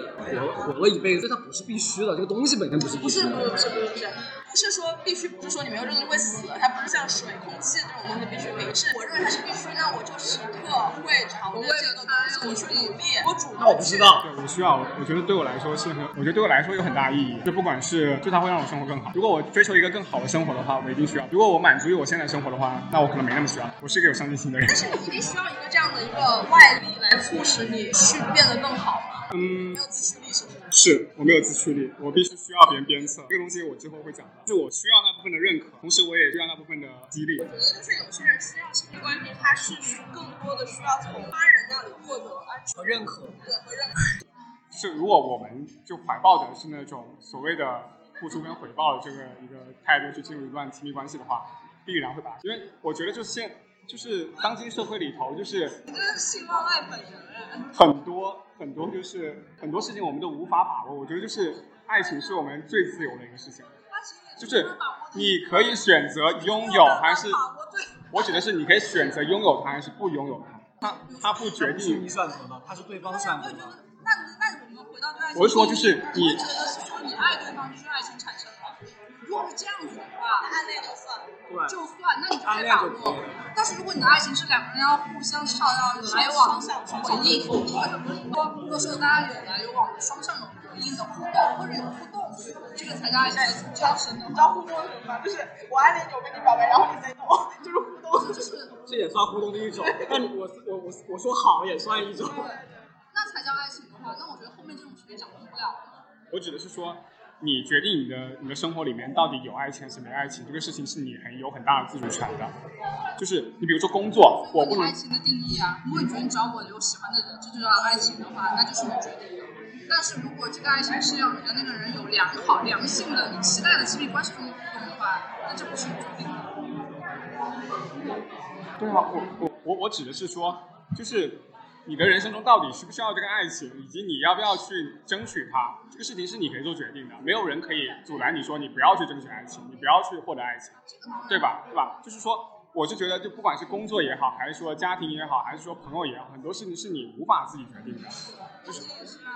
S5: 活活了一辈子，所以它不是必须的，这个东西本身不是必
S1: 不
S5: 须
S1: 是不
S5: 的。
S1: 是不是不是不是，不是说必须，不是说你没有这个东西会死，它不是像水、空气这种东西必须没，是我认为它是必须，那我就时刻会朝着这个东西我去努力，我主
S5: 那我
S1: 动
S5: 不
S1: 去
S5: 知。道，
S3: 对，我需要，我觉得对我来说是很，我觉得对我来说有很大意义。就不管是，就它会让我生活更好。如果我追求一个更好的生活的话，我一定需要；如果我满足于我现在生活的话，那我可能没那么需要。我是一个有上进心的人。
S1: 但是你一定需要一个这样的一个外力来促使你去变得更好嘛？
S3: 嗯
S1: 没，有自驱力是不是？
S3: 是我没有自驱力，我必须需要别人鞭策。这个东西我之后会讲的，就是我需要那部分的认可，同时我也需要那部分的激励。
S1: 我觉得就是有些人需要亲密关系，他是更多的需要从他人那里获得安全
S5: 我认可。
S1: 感和认可。
S3: 就是如果我们就怀抱的是那种所谓的付出跟回报的这个一个态度去进入一段亲密关系的话，必然会打。因为我觉得就现就是当今社会里头，就是
S1: 你这是性望爱本人哎，
S3: 很多很多就是很多事情我们都无法把握。我觉得就是爱情是我们最自由的一个事情，
S1: 他其实也
S3: 就是
S1: 没有把握
S3: 你可以选择拥
S1: 对
S3: 有还是
S1: 没有办法把握对
S3: 我指的是你可以选择拥有它还是不拥有它，它它不决
S5: 不是
S3: 定
S5: 你。选择的，他是对方选择
S1: 对我也觉
S5: 的。
S1: 得，那那我们回到对爱情，
S3: 我是说，就是
S1: 你会
S3: 你
S1: 觉得是说你爱对方就是爱情产生的。如果是这样子的话，暗恋就算，
S5: 对
S1: 就算，那你就
S5: 暗
S1: 可以
S5: 恋
S1: 把
S5: 就可以
S1: 握。但是如果你的爱情是两个人要互相上要来往回应，或者不是说如果说大家有来有往，双向有回应的互动，或者有互动，这个才叫爱情的产生的。你知道互动是什么吗？就是我暗恋你，我跟你表白，然后你 say no，就是互动，就是
S5: 这也算互动的一种，但我是我我我说好也算一种。
S1: 那才叫爱情的话，那我觉得后面这种是掌控不了的。
S3: 我指的是说，你决定你的你的生活里面到底有爱情还是没爱情，这个事情是你很有很大的自主权的。就是你比如说工作，我不
S2: 对
S3: 能
S2: 爱情的定义啊。如果你觉得你只要我有喜欢的人，这就叫爱情的话，那就是你决定的。但是如果这个爱情是要你跟那个人有良好、良性的、你期待的亲密关系中的互动的话，那这不是你决定的。
S3: 对啊，我我我我指的是说，就是你的人生中到底需不需要这个爱情，以及你要不要去争取它，这个事情是你可以做决定的，没有人可以阻拦你说你不要去争取爱情，你不要去获得爱情，对吧？对吧？就是说。我是觉得，就不管是工作也好，还是说家庭也好，还是说朋友也好，很多事情是你无法自己决定的。
S2: 是也是啊。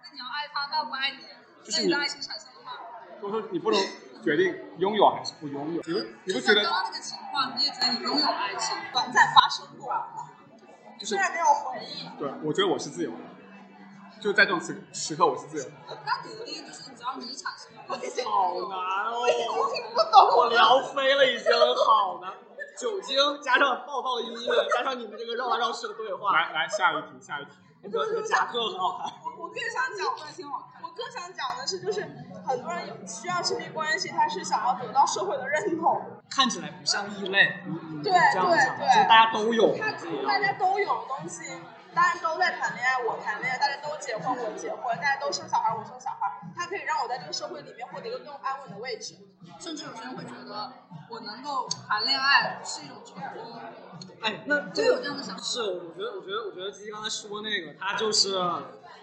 S2: 那你要爱他，他不爱你，
S3: 就是
S2: 那
S3: 你
S2: 你的爱情产生的话，
S3: 我说你不能决定拥有还是不拥有，你不你不
S2: 就像
S3: 觉得
S2: 刚刚那个情况，你也觉得你拥有爱情，
S1: 短暂发生过，
S3: 就是
S1: 虽然没有回应，
S3: 对？我觉得我是自由的，就在这种时时刻我是自由的。
S2: 那你一定就是只要你产生了，
S5: 好难哦，
S1: 我听不懂。
S5: 我聊飞了已经，好难。酒精加上暴躁的音乐，加上你们这个绕来绕去的对话，
S3: 来来，下一题，下一题。
S5: 你知道这个夹克很好看。
S1: 我我更想讲的，我更想讲的是，就是很多人有需要亲密关系，他是想要得到社会的认同，
S5: 看起来不像异类，你你
S1: 对
S5: 这样讲，
S1: 对
S5: 就
S1: 对
S5: 大家都有
S1: 他
S5: 这样
S1: 大家都有的东西，大家都在谈恋爱，我谈恋爱，大家都结婚，我结婚，大家都生小孩，我生小孩，它可以让我在这个社会里面获得一个更安稳的位置。
S2: 甚至有些人会觉得，我能够谈恋爱是一种成功，
S5: 哎，那
S2: 就有这样的想法。
S5: 是，我觉得，我觉得，我觉得鸡鸡刚才说那个，他就是
S2: 不能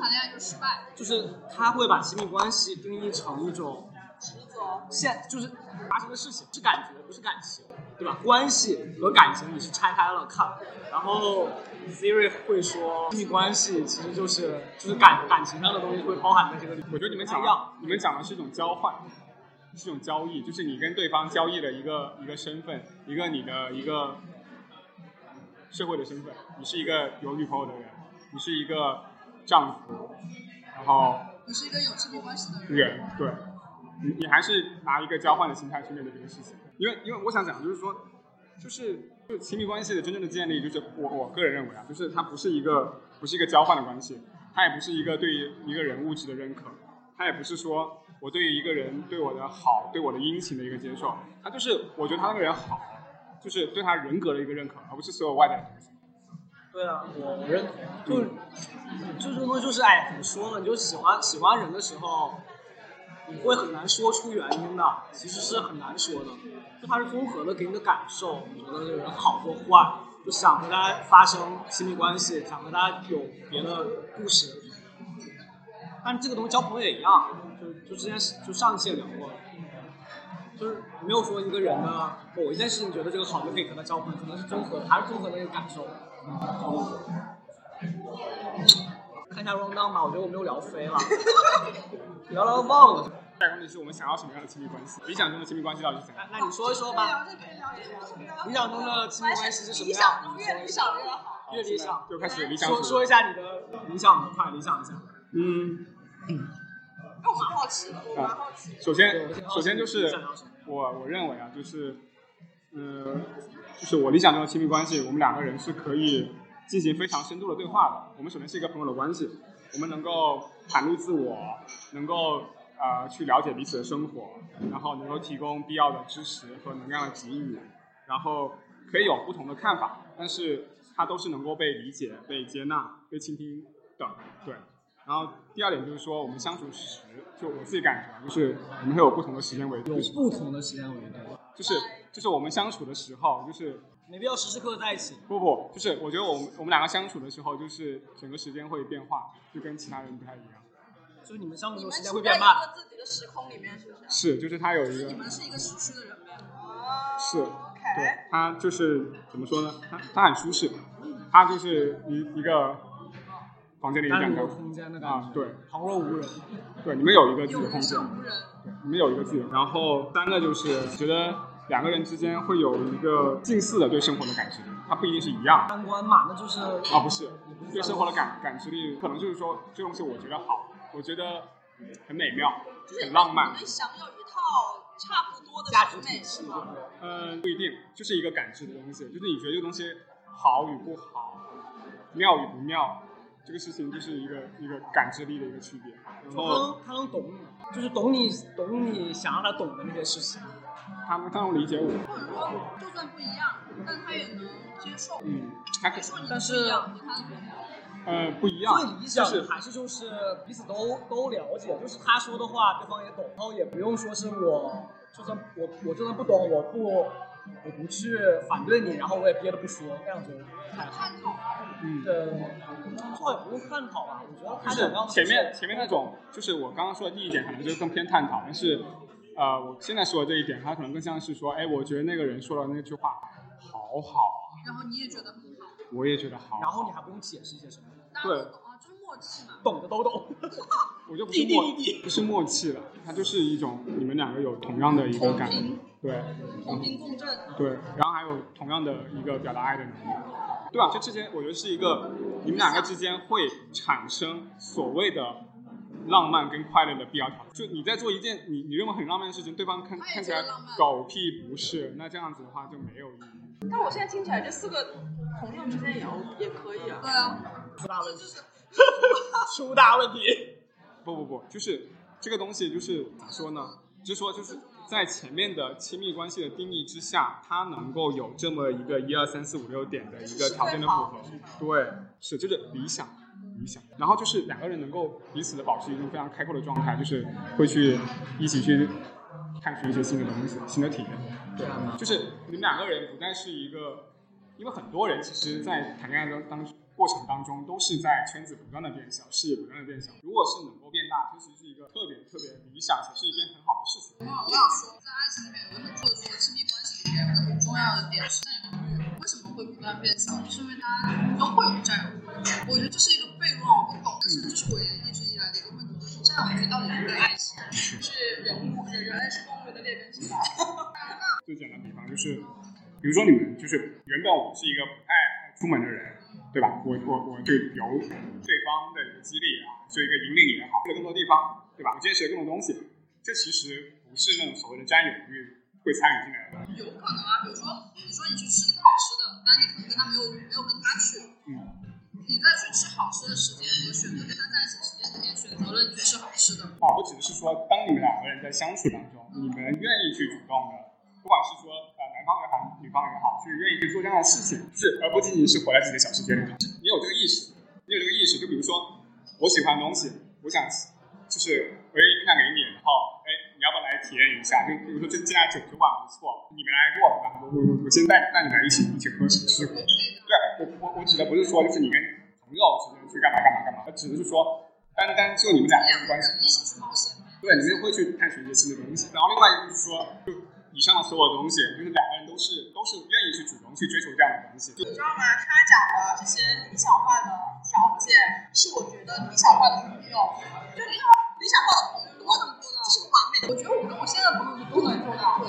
S2: 谈恋爱就失败。
S5: 就是他会把亲密关系定义成一种
S1: 职责，
S5: 现就是发生的事情，是感觉，不是感情，对吧？关系和感情你是拆开了看，然后 Siri 会说亲密关系其实就是就是感感情上的东西会包含在这个里面。
S3: 我觉得你们
S5: 不太
S3: 讲
S5: 一样，
S3: 你们讲的是一种交换，是一种交易，就是你跟对方交易的一个一个身份，一个你的一个社会的身份。你是一个有女朋友的人，你是一个丈夫，然后
S2: 你是一个有亲密关系的人，
S3: 人，对，你你还是拿一个交换的心态去面对这个事情，因为因为我想讲就是说，就是就亲密关系的真正的建立，就是我我个人认为啊，就是它不是一个不是一个交换的关系，它也不是一个对于一个人物质的认可，它也不是说我对于一个人对我的好、对我的殷勤的一个接受，它就是我觉得他那个人好，就是对他人格的一个认可，而不是所有外在的东西。
S5: 对啊，我我认，就是就这个东西就是哎，怎么说呢？你就喜欢喜欢人的时候，你会很难说出原因的，其实是很难说的。就它是综合的给你的感受，你觉得这个人好或坏，就想和他发生亲密关系，想和他有别的故事。但这个东西交朋友也一样，就就之前就上一期也聊过了，就是没有说一个人的哦某一件事情觉得这个好就可以和他交朋友，可能是综合还是综合的一个感受。看一下 round down 吧，我觉得我没有聊飞了， 聊聊忘了。
S3: 下一个问题是我们想要什么样的亲密关系？理想中的亲密关系到底是怎样？
S5: 那那你说一说
S1: 可以
S5: 吧，
S1: 聊这，可以聊这个。
S5: 理想中的亲密关系是什么
S1: 理想
S5: 样
S1: 中？越理想越好。
S5: 越理想，
S3: 又开始理想主义
S5: 说说一下你的理想吧，快理想一下。
S3: 嗯，
S1: 哦那我蛮好奇的，我蛮好奇的。
S3: 啊首
S5: 对
S3: 先
S5: 我先
S3: 首先就是
S5: 你想要什么
S3: 我我认为啊，就是，呃，就是我理想中的亲密关系，我们两个人是可以进行非常深度的对话的。我们首先是一个朋友的关系，我们能够袒露自我，能够呃去了解彼此的生活，然后能够提供必要的支持和能量的给予，然后可以有不同的看法，但是它都是能够被理解、被接纳、被倾听的，对。然后第二点就是说，我们相处时，就我自己感觉啊，就是我们会有不同的时间维度，
S5: 有不同的时间维度，
S3: 就是就是我们相处的时候，就是
S5: 没必要时时刻刻在一起。
S3: 不不，就是我觉得我们我们两个相处的时候，就是整个时间会变化，就跟其他人不太一样。
S5: 就是你们相处
S1: 你
S5: 的
S1: 们
S5: 时间
S1: 处
S5: 会
S1: 在
S5: 变
S1: 一
S5: 慢，
S1: 个自己的时空里面，是不是？
S3: 是，就是他有一
S2: 就是
S3: 个
S2: 你，们是一个时区的人呗。
S1: 哦
S3: 是
S1: OK。
S3: 对，他就是怎么说呢？他他很舒适，他就是一一个房间里一
S5: 单
S3: 盏
S5: 独
S3: 灯
S5: 的，空间的感
S3: 啊
S5: 觉，，
S3: 对
S5: 旁若无人。
S3: 对，你们有一个自己
S2: 有
S3: 的空
S2: 人
S3: 间，
S2: 上无人，
S3: 对，你们有一个自己的。然后三个就是觉得两个人之间会有一个近似的对生活的感知，它不一定是一样的。
S5: 三观嘛，那就是
S3: 啊，不是，对生活的感感知力，可能就是说这东西我觉得好，我觉得很美妙，
S1: 就是
S3: 很浪漫
S1: 你。们享有一套差不多的
S5: 价值
S1: 审美
S5: 体
S1: 是
S5: 系。
S1: 吗？
S3: 嗯、不一定，就是一个感知的东西，就是你觉得这个东西好与不好，妙与不妙，这个事情就是一个一个感知力的一个区别。然
S5: 他
S3: 后
S5: 能他能懂你，就是懂你懂你想让他懂的那些事情。
S3: 他们他能理解我，
S2: 或者说就算不一样，但他也能接受。
S3: 嗯，他可
S2: 别说你的
S5: 但
S2: 不
S5: 是
S2: 一样和他的不一样，
S3: 呃不一样，
S5: 最理想
S3: 就
S5: 的
S3: 是嗯
S5: 还是就是彼此都都了解，就是他说的话对方也懂，然后也不用说是我就算我我就算不懂，我不我不去反对你，然后我也憋着不说，这样就
S2: 很探讨啊。
S3: 嗯。
S5: 呃，最好也不用探讨吧。我觉得
S3: 就
S5: 他
S3: 是
S5: 想要的
S3: 前面前面那种，就是我刚刚说的第一点，可能就是更偏探讨，但是，呃，我现在说的这一点，它可能更像是说，哎，我觉得那个人说的那句话好好啊，
S2: 然后你也觉得很好，
S3: 我也觉得好，
S5: 然后你还不用解释一些什么，
S2: 大家都懂啊，就是默契嘛。
S5: 懂的都懂。
S3: 我就不是默不是默契了，它就是一种你们两个有同样的一个
S2: 同
S3: 感觉，
S2: 频
S3: 对，
S2: 同频共振，
S3: 对，然后还有同样的一个表达爱的能力，对啊吧？这之间我觉得是一个你们两个之间会产生所谓的浪漫跟快乐的必要条件。就你在做一件你你认为很浪漫的事情，对方看
S2: 他也
S3: 看起
S2: 觉
S3: 来
S2: 得浪漫
S3: 狗屁不是，那这样子的话就没有意义。
S1: 但我现在听起来，这四个朋友之间也 O- 也可以啊。
S2: 对啊，
S5: 出大问
S2: 就
S5: 题，
S2: 是
S5: 出大问题。
S3: 不不不，就是这个东西就是咋说呢？就说就是在前面的亲密关系的定义之下，它能够有这么一个一二三四五六点的一个条件的符合，对，是就是理想。理想，然后就是两个人能够彼此的保持一种非常开阔的状态，就是会去一起去探寻一些新的东西、新的体验。
S5: 这样吗？
S3: 就是你们两个人不再是一个，因为很多人其实，在谈恋爱的当过程当中，都是在圈子不断的变小，视野不断的变小。如果是能够变大，其实是一个特别特别理想，且是一件很好的事情。
S1: 我想我想啊说，在爱情里面有一个很特殊的亲密关系里面有一个很重要的点是占有欲。为什么会不断变小？就是因为它都会有占有欲。我觉得这是一个悖论，啊我不懂，但是这是我一直以来的一个问题，就是占有欲到底是对爱情，是人物人人类是动物的劣根性吧？
S3: 最简单的比方就是，比如说你们就是原本我是一个不太爱出门的人，对吧？我我我就由对方的一个激励啊，做一个引领也好，去了更多地方，对吧？我见识了更多东西，这其实不是那种所谓的占有欲会参与进来的。
S1: 有可能啊，比如说你说你去吃那个好吃的，但你可能跟他没有没有跟他去，
S3: 嗯，
S1: 你在去吃好吃的时间，你就选择跟他在一起的时间里面选择了你去吃好吃的，
S3: 啊，我指的是说，当你们两个人在相处当中，你们愿意去主动的。不管是说呃男方也好，女方也好，去愿意去做这样的事情，是而不仅仅是活在自己的小世界里面。你有这个意识，你有这个意识，就比如说我喜欢的东西，我想就是我愿意分享给你，然后哎，你要不要来体验一下？就比如说这这家酒酒馆不错，你没来过，对吧？我我我先带带你来一起一起喝吃喝。对，我我我指的不是说就是你跟朋友之间去干嘛干嘛干嘛，我指的是说单单就你们两个人的关系，
S1: 一起去冒险。
S3: 对，你们会去探寻一些新的东西。然后另外一个就是说，就以上的所有东西，就是两个人都是都是愿意去主动去追求这样的关系。就
S6: 你知道吗？他讲的这些理想化的条件，是我觉得理想化的朋友，就理想理想化的朋友多能做到，这是个完美的。我觉得我跟我现在的朋友都能做到。对，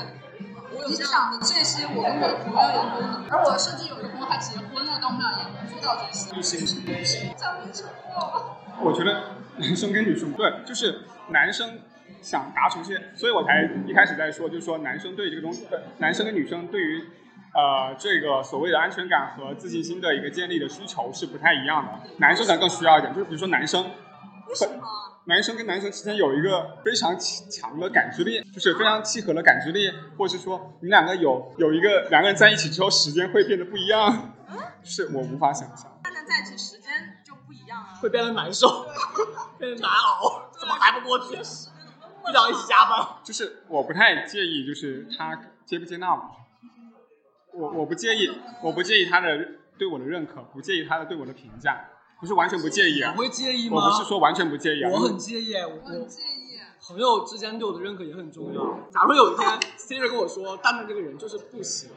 S1: 我有这样的这些，我跟我的朋友也都能，而我甚至有的朋友还结婚了，但我们俩也能做到这些。
S3: 是
S1: 想分手了，
S3: 我觉得男生跟女生 对，就是男生想达成这些，所以我才一开始在说，就是说男生对这个东西，呃男生跟女生对于呃这个所谓的安全感和自信心的一个建立的需求是不太一样的。男生可能更需要一点，就是比如说男生，
S6: 为什么？
S3: 男生跟男生之间有一个非常强的感知力，就是非常契合的感知力，或者是说你们两个有有一个两个人在一起之后，时间会变得不一样，
S6: 啊
S3: 是我无法想象。
S6: 大家在一起时间就不一样啊。
S5: 会变得难受，变得难熬，怎么还不过去？一早一起加班，
S3: 就是我不太介意，就是他接不接纳我，我我不介意，我不介意他的对我的认可，不介意他的对我的评价，不是完全不介意啊
S5: 你，会介意吗？
S3: 我不是说完全不介意啊，
S5: 我很介意，我
S1: 我很
S5: 我
S1: 介意。
S5: 朋友之间对我的认可也很重要。假如有一天 Siri 跟我说蛋蛋这个人就是不行，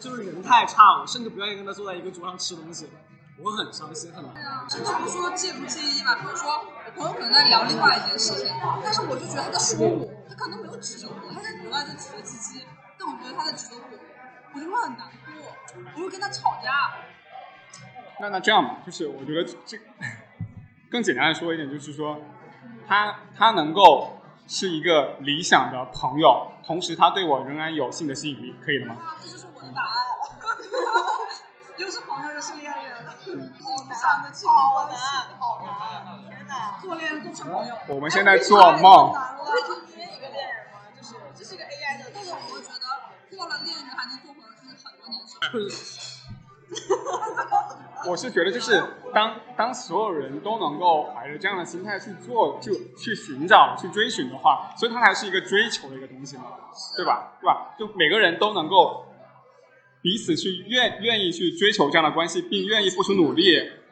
S5: 就是人太差，我甚至不愿意跟他坐在一个桌上吃东西，我会很伤心，很难。
S1: 甚至不说介不介意吧，比如说我朋友可能在聊另外一件事情，但是我就觉得他在说我，他可能没有指责我，他在国外在指责鸡鸡，但我觉得他在指责我，我就会很难过，我会跟他吵架。
S3: 那那这样吧，就是我觉得这更简单的说一点，就是说他他能够是一个理想的朋友，同时他对我仍然有性的吸引力，可以了吗？
S1: 啊，这就是我的答案。
S6: 又是朋友，又是恋人，
S1: 好难啊
S6: 想的亲密关系，好难，天哪！
S1: 做恋人都成朋友，
S3: 我们现在做梦，
S6: 我已经约一个恋人了，就是这是一个 AI 的，
S1: 但是我会觉得过了恋人还能做朋友，这是很多年之后。
S3: 我是觉得就是当当所有人都能够怀着这样的心态去做，就去寻找、去追寻的话，所以它才是一个追求的一个东西嘛，对吧？对吧？就每个人都能够彼此去愿愿意去追求这样的关系，并愿意付出努力，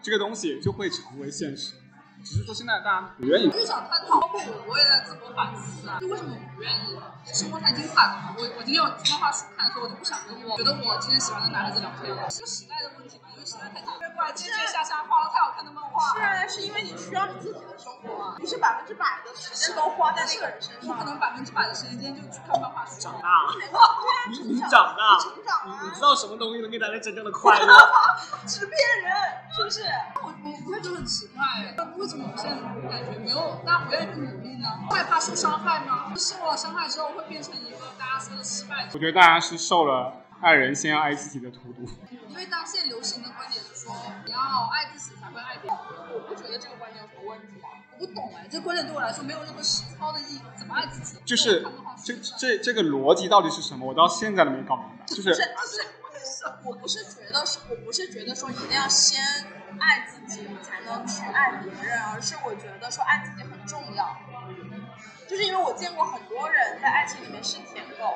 S3: 这个东西就会成为现实。只是说现在大家不愿意
S1: 我。就想探讨，包括我，我也在自我反思啊，就为什么我不愿意？生活太精彩了，我我今天有漫画书看，所以我就不想跟我觉得我今天喜欢的男孩子聊天了，是个时代的问题吧？因为时代太大，
S6: 管
S1: 这
S6: 这
S1: 些
S6: 些
S1: 下下画了太好看的漫画，
S6: 是啊，是因为你需要你自己的生活啊，不是百分之百的时间都花在那个人身
S1: 我可
S6: 上。
S1: 能百分之百的时间就去看漫画书
S5: 长
S1: 了。
S5: 大了，你你长大了，
S6: 成长
S5: 你你
S6: 啊
S5: 知，道什么东西能给大家真正的快 乐？
S6: 纸片人是不是？
S1: 我我会觉得很奇怪，那为什么我现在感觉没有大家不愿意去努力呢？害怕受伤害吗？受了伤害之后会变成一个大家说的失败者。
S3: 我觉得大家是受了爱人先要爱自己的荼毒。
S1: 因为当现在流行的观点就是说，你要爱自己才会爱别人。我不觉得这个观点有什么问题啊，我不懂哎，这个观点对我来说没有任何实操的意义，怎么爱自己？
S3: 就是
S1: 看不好
S3: 这
S1: 是不是
S3: 这这个逻辑到底是什么？我到现在都没搞明白。就是
S1: 不是不是为什么？我不是觉得是，我不是觉得说一定要先爱自己才能去爱别人，而是我觉得说爱自己很重要。就是因为我见过很多人在爱情里面是舔狗，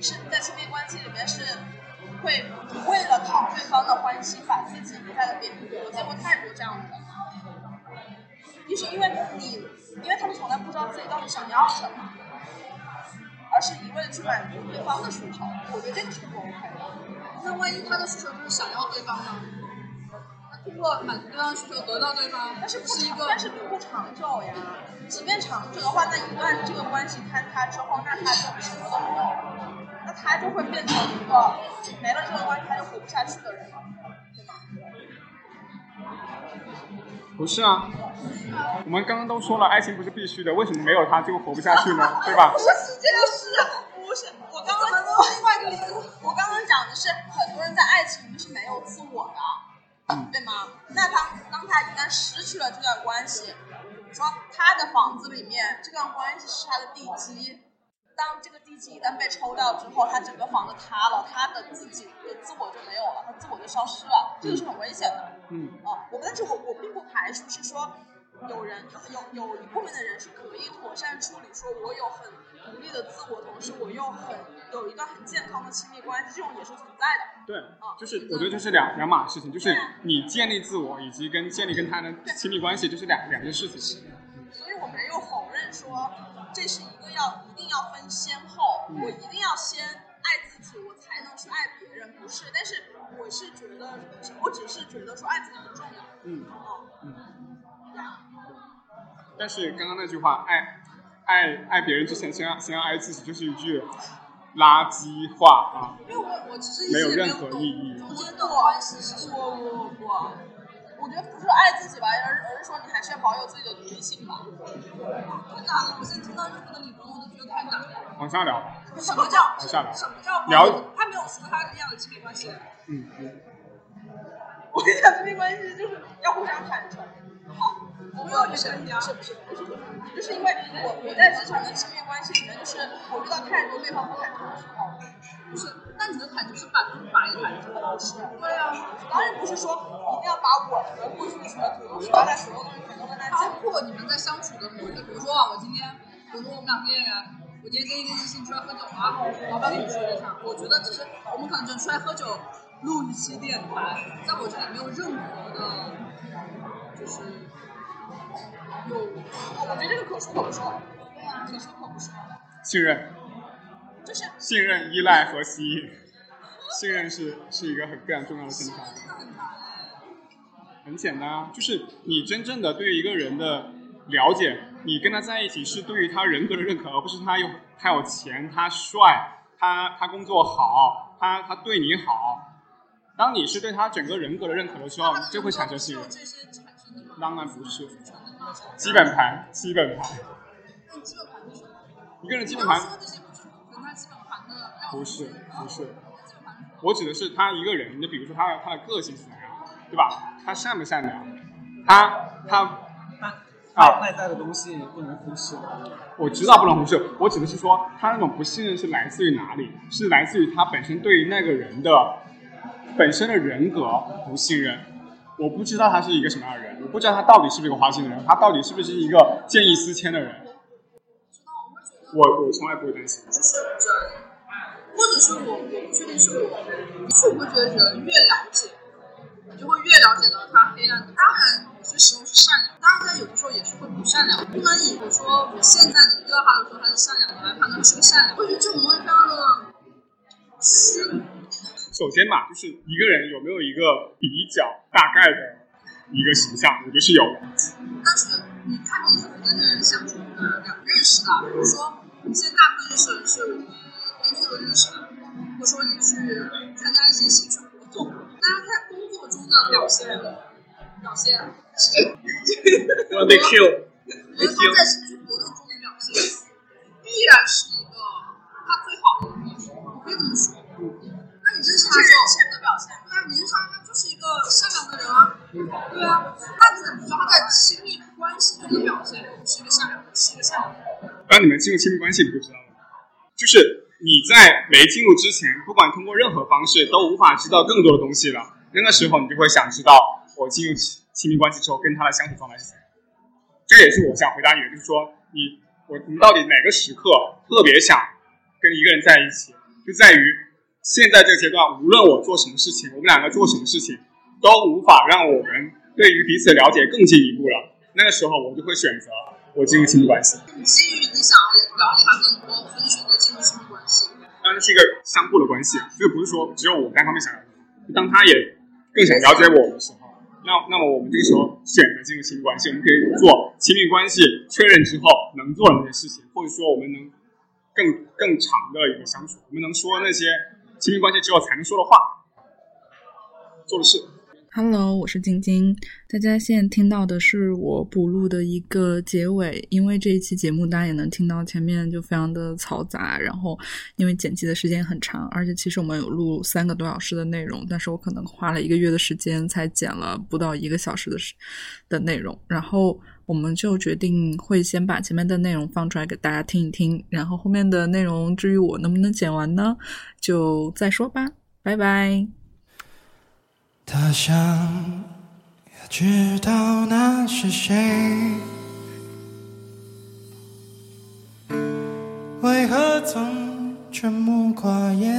S1: 是在亲密关系里面是会为了讨对方的欢心，把自己留在了别人。我见过太多这样的人了。就是因为你，因为他们从来不知道自己到底想要什么，而是一味的去满足对方的需求，我觉得这个是不 OK 的。
S2: 那万一他的需求就是想要对方呢？他通过满足对方的需求得到对方，
S1: 但是不
S2: 是一
S1: 长
S2: 个
S1: 但是并不长久呀。即便长久的话，那一段这个关系坍塌之后，那他就什么都没有，那他就会变成一个没了这个关系他就活不下去的人了，对吗？
S3: 不是啊？我们刚刚都说了，爱情不是必须的，为什么没有它就活不下去 呢？对吧
S1: 不？是这个是啊，不是我刚刚另外一个理由，我刚刚讲的是很多人在爱情里面是没有自我的，对吗？那当当他一旦失去了这段关系，比如说他的房子里面这段关系是他的地基，当这个地基一旦被抽掉之后，他整个房子塌了，他的自己的自我就没有了，他自我就消失了，这个是很危险的。
S3: 嗯，
S1: 啊，我但是我我并不排除是说，有人他有有一部分的人是可以妥善处理，说我有很独立的自我，同时我又很有一段很健康的亲密关系，这种也是存在的。
S3: 对，
S1: 啊，
S3: 就是我觉得这是两两码事情，就是你建立自我以及跟建立跟他人亲密关系，这是两两件事情。
S1: 所以我没有否认说这是一个要一定要分先后，我一定要先爱自己，我才能去爱别人，不是？但是我是觉得，我只是觉得说爱自己很重要。
S3: 嗯，
S1: 啊，
S3: 但是刚刚那句话，爱爱爱别人之前，先要先要爱自己，就是一句垃圾话啊！
S1: 因为我我其实
S3: 没有任何意义
S1: 中间的关系是不不不，我觉得不是爱自己吧，而而是说你还是要保有自己的独立性吧。
S2: 太难了。我现在听到任何的理论，我都觉得太难了。
S3: 往下聊，
S2: 什么叫
S3: 往下聊
S2: 什么叫
S3: 聊？
S2: 他没有说他要有亲密关系，
S3: 嗯，
S1: 我跟你讲，亲密关系就是要互相坦诚。哦我没有觉得你啊，是不是不是不是，就是因为我我在职场的亲密关系里面，就是我遇到太多对方不坦诚的时候，
S2: 不是？那你的坦诚是百分之百的坦诚。
S1: 对啊，当然不是说一定要把我的过去的所有所有的所有东西全都跟他
S2: 包
S1: 讲，
S2: 括你们在相处的模式，比如说啊，我今天，比如说我们俩是恋人，我今天跟一个异性出来喝酒啊，老板跟你说这事儿，我觉得只是我们可能就出来喝酒，录一期电台，在我这里没有任何的，就是有，
S1: 我觉得这个可说可不说，
S2: 可说可不说。
S3: 信任。
S1: 就是
S3: 信任、依赖和吸引。信任是是一个很非常重要的心态，很简单啊，就是你真正的对于一个人的了解，你跟他在一起是对于他人格的认可，而不是他有他有钱、他帅、他他工作好、他他对你好。当你是对他整个人格的认可的时候，哦就会产生信任。
S2: 这些产生的吗？
S3: 当然不是，基本盘，基本盘，
S2: 那基本盘是什么？
S3: 一个人基
S2: 你
S3: 本
S2: 刚
S3: 盘
S2: 刚说这些不是跟他基本盘的要
S3: 不是不是。
S2: 基本盘是什么
S3: 我指的是他一个人，你比如说他他的个性是怎么样，对吧？他善不善良？他他，
S5: 外外在的东西不能忽视的。
S3: 我知道不能忽视，我指的是说他那种不信任是来自于哪里？是来自于他本身对于那个人的本身的人格不信任。我不知道他是一个什么样的人，我不知道他到底是不是一个花心的人，他到底是不是一个见异思迁的人。我我从来不会担心。
S2: 就是人，或者是我我不确定是我，是我会觉得人越了解，你就会越了解到他黑暗。当然，有些时候是善良，当然他有的时候也是会不善良。不能以我说我现在你遇到他的时候他是善良的来判断是不是善良，我觉得这种东西非常的虚无。
S3: 首先嘛，就是一个人有没有一个比较大概的一个形象，我觉得是有的。
S2: 但是你看你怎么跟这个人相处，你们俩认识的，比如说你现在大部分认识的人是我们工作认识的，或者说你去参加一些兴趣活动，大家在工作中的表现表现，
S7: 我被 Q，
S2: 我觉得他在兴趣活动中的表现，必然是一个他最好的一面，我可以这么说。那你
S1: 这是他浅的表现。对啊，你是他，他就是一个善良的人啊。对啊，那你怎么说他在亲密关系中的表现是一个善良，是一个善良的人？
S3: 当你们进入亲密关系，你就知道了。就是你在没进入之前，不管通过任何方式都无法知道更多的东西了。那个时候，你就会想知道我进入亲亲密关系之后跟他的相处状态是怎样。这也是我想回答你的，就是说你我你到底哪个时刻特别想跟一个人在一起，就在于现在这个阶段，无论我做什么事情，我们两个做什么事情，都无法让我们对于彼此了解更进一步了。那个时候，我就会选择我进入亲密关系。
S1: 基于你想了解他更多，所以选择进入亲密关系。
S3: 当然是一个相互的关系，啊就不是说只有我单方面想了解他，当他也更想了解我的时候，那那么我们这个时候选择进入亲密关系，我们可以做亲密关系确认之后能做的那些事情，或者说我们能更更长的一个相处，我们能说那些亲密关系之后才能说的话，做的事。
S8: Hello，我是晶晶。大家现在听到的是我补录的一个结尾，因为这一期节目大家也能听到前面就非常的嘈杂，然后因为剪辑的时间很长，而且其实我们有录三个多小时的内容，但是我可能花了一个月的时间才剪了不到一个小时的时的内容，然后。我们就决定会先把前面的内容放出来给大家听一听，然后后面的内容至于我能不能剪完呢，就再说吧，拜拜。
S9: 他想要知道那是谁，为何总沉默寡言？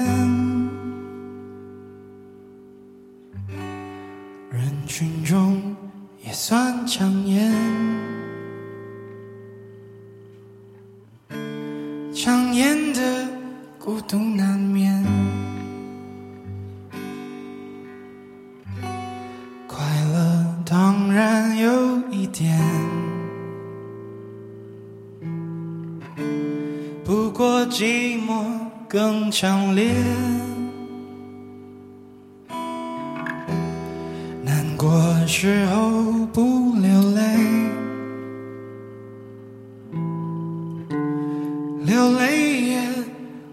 S9: 人群中也算抢眼，抢眼的孤独难免。快乐当然有一点，不过寂寞更强烈。难过时候不流泪，流泪也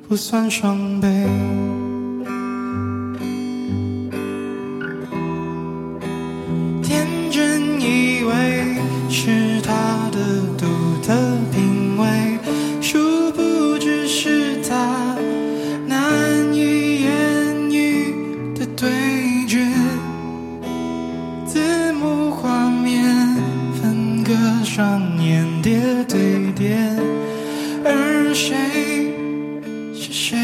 S9: 不算伤悲。天真以为是他的独特品味，殊不知是他难以言喻的对决。字幕画面分割上演叠对叠，而谁是谁？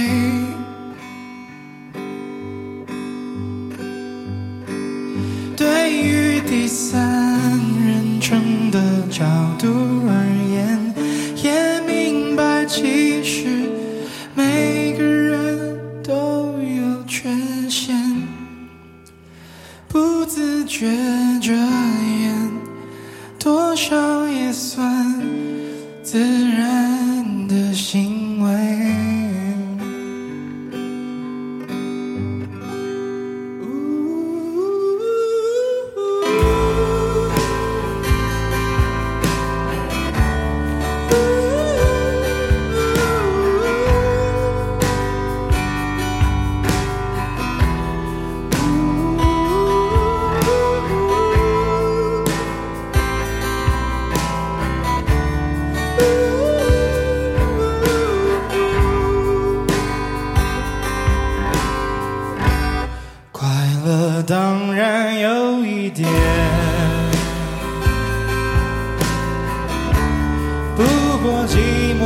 S9: 对于第三人称的角度而言，也明白其实每个人都有缺陷，不自觉遮掩，多少也算自然的行为。快乐当然有一点，不过寂寞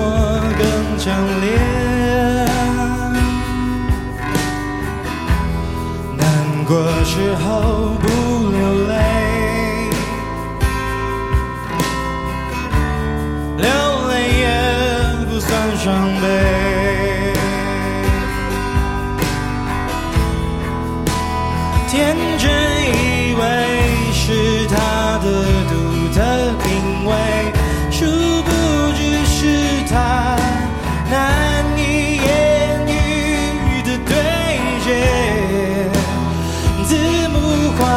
S9: 更强烈。难过时候不流泪，流泪也不算伤悲。天真以为是他的独特品味，殊不知是他难以言喻的对决。字幕画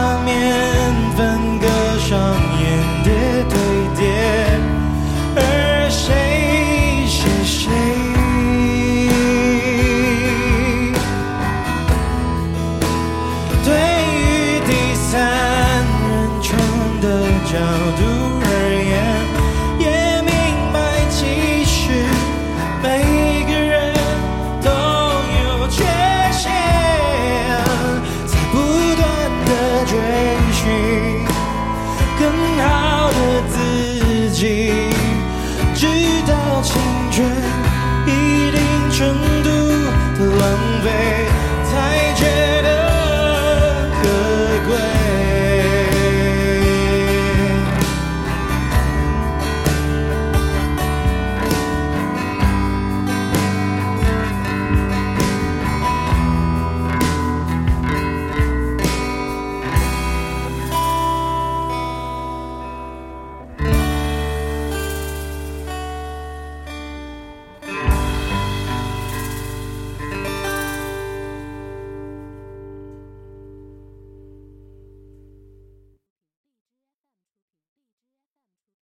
S9: do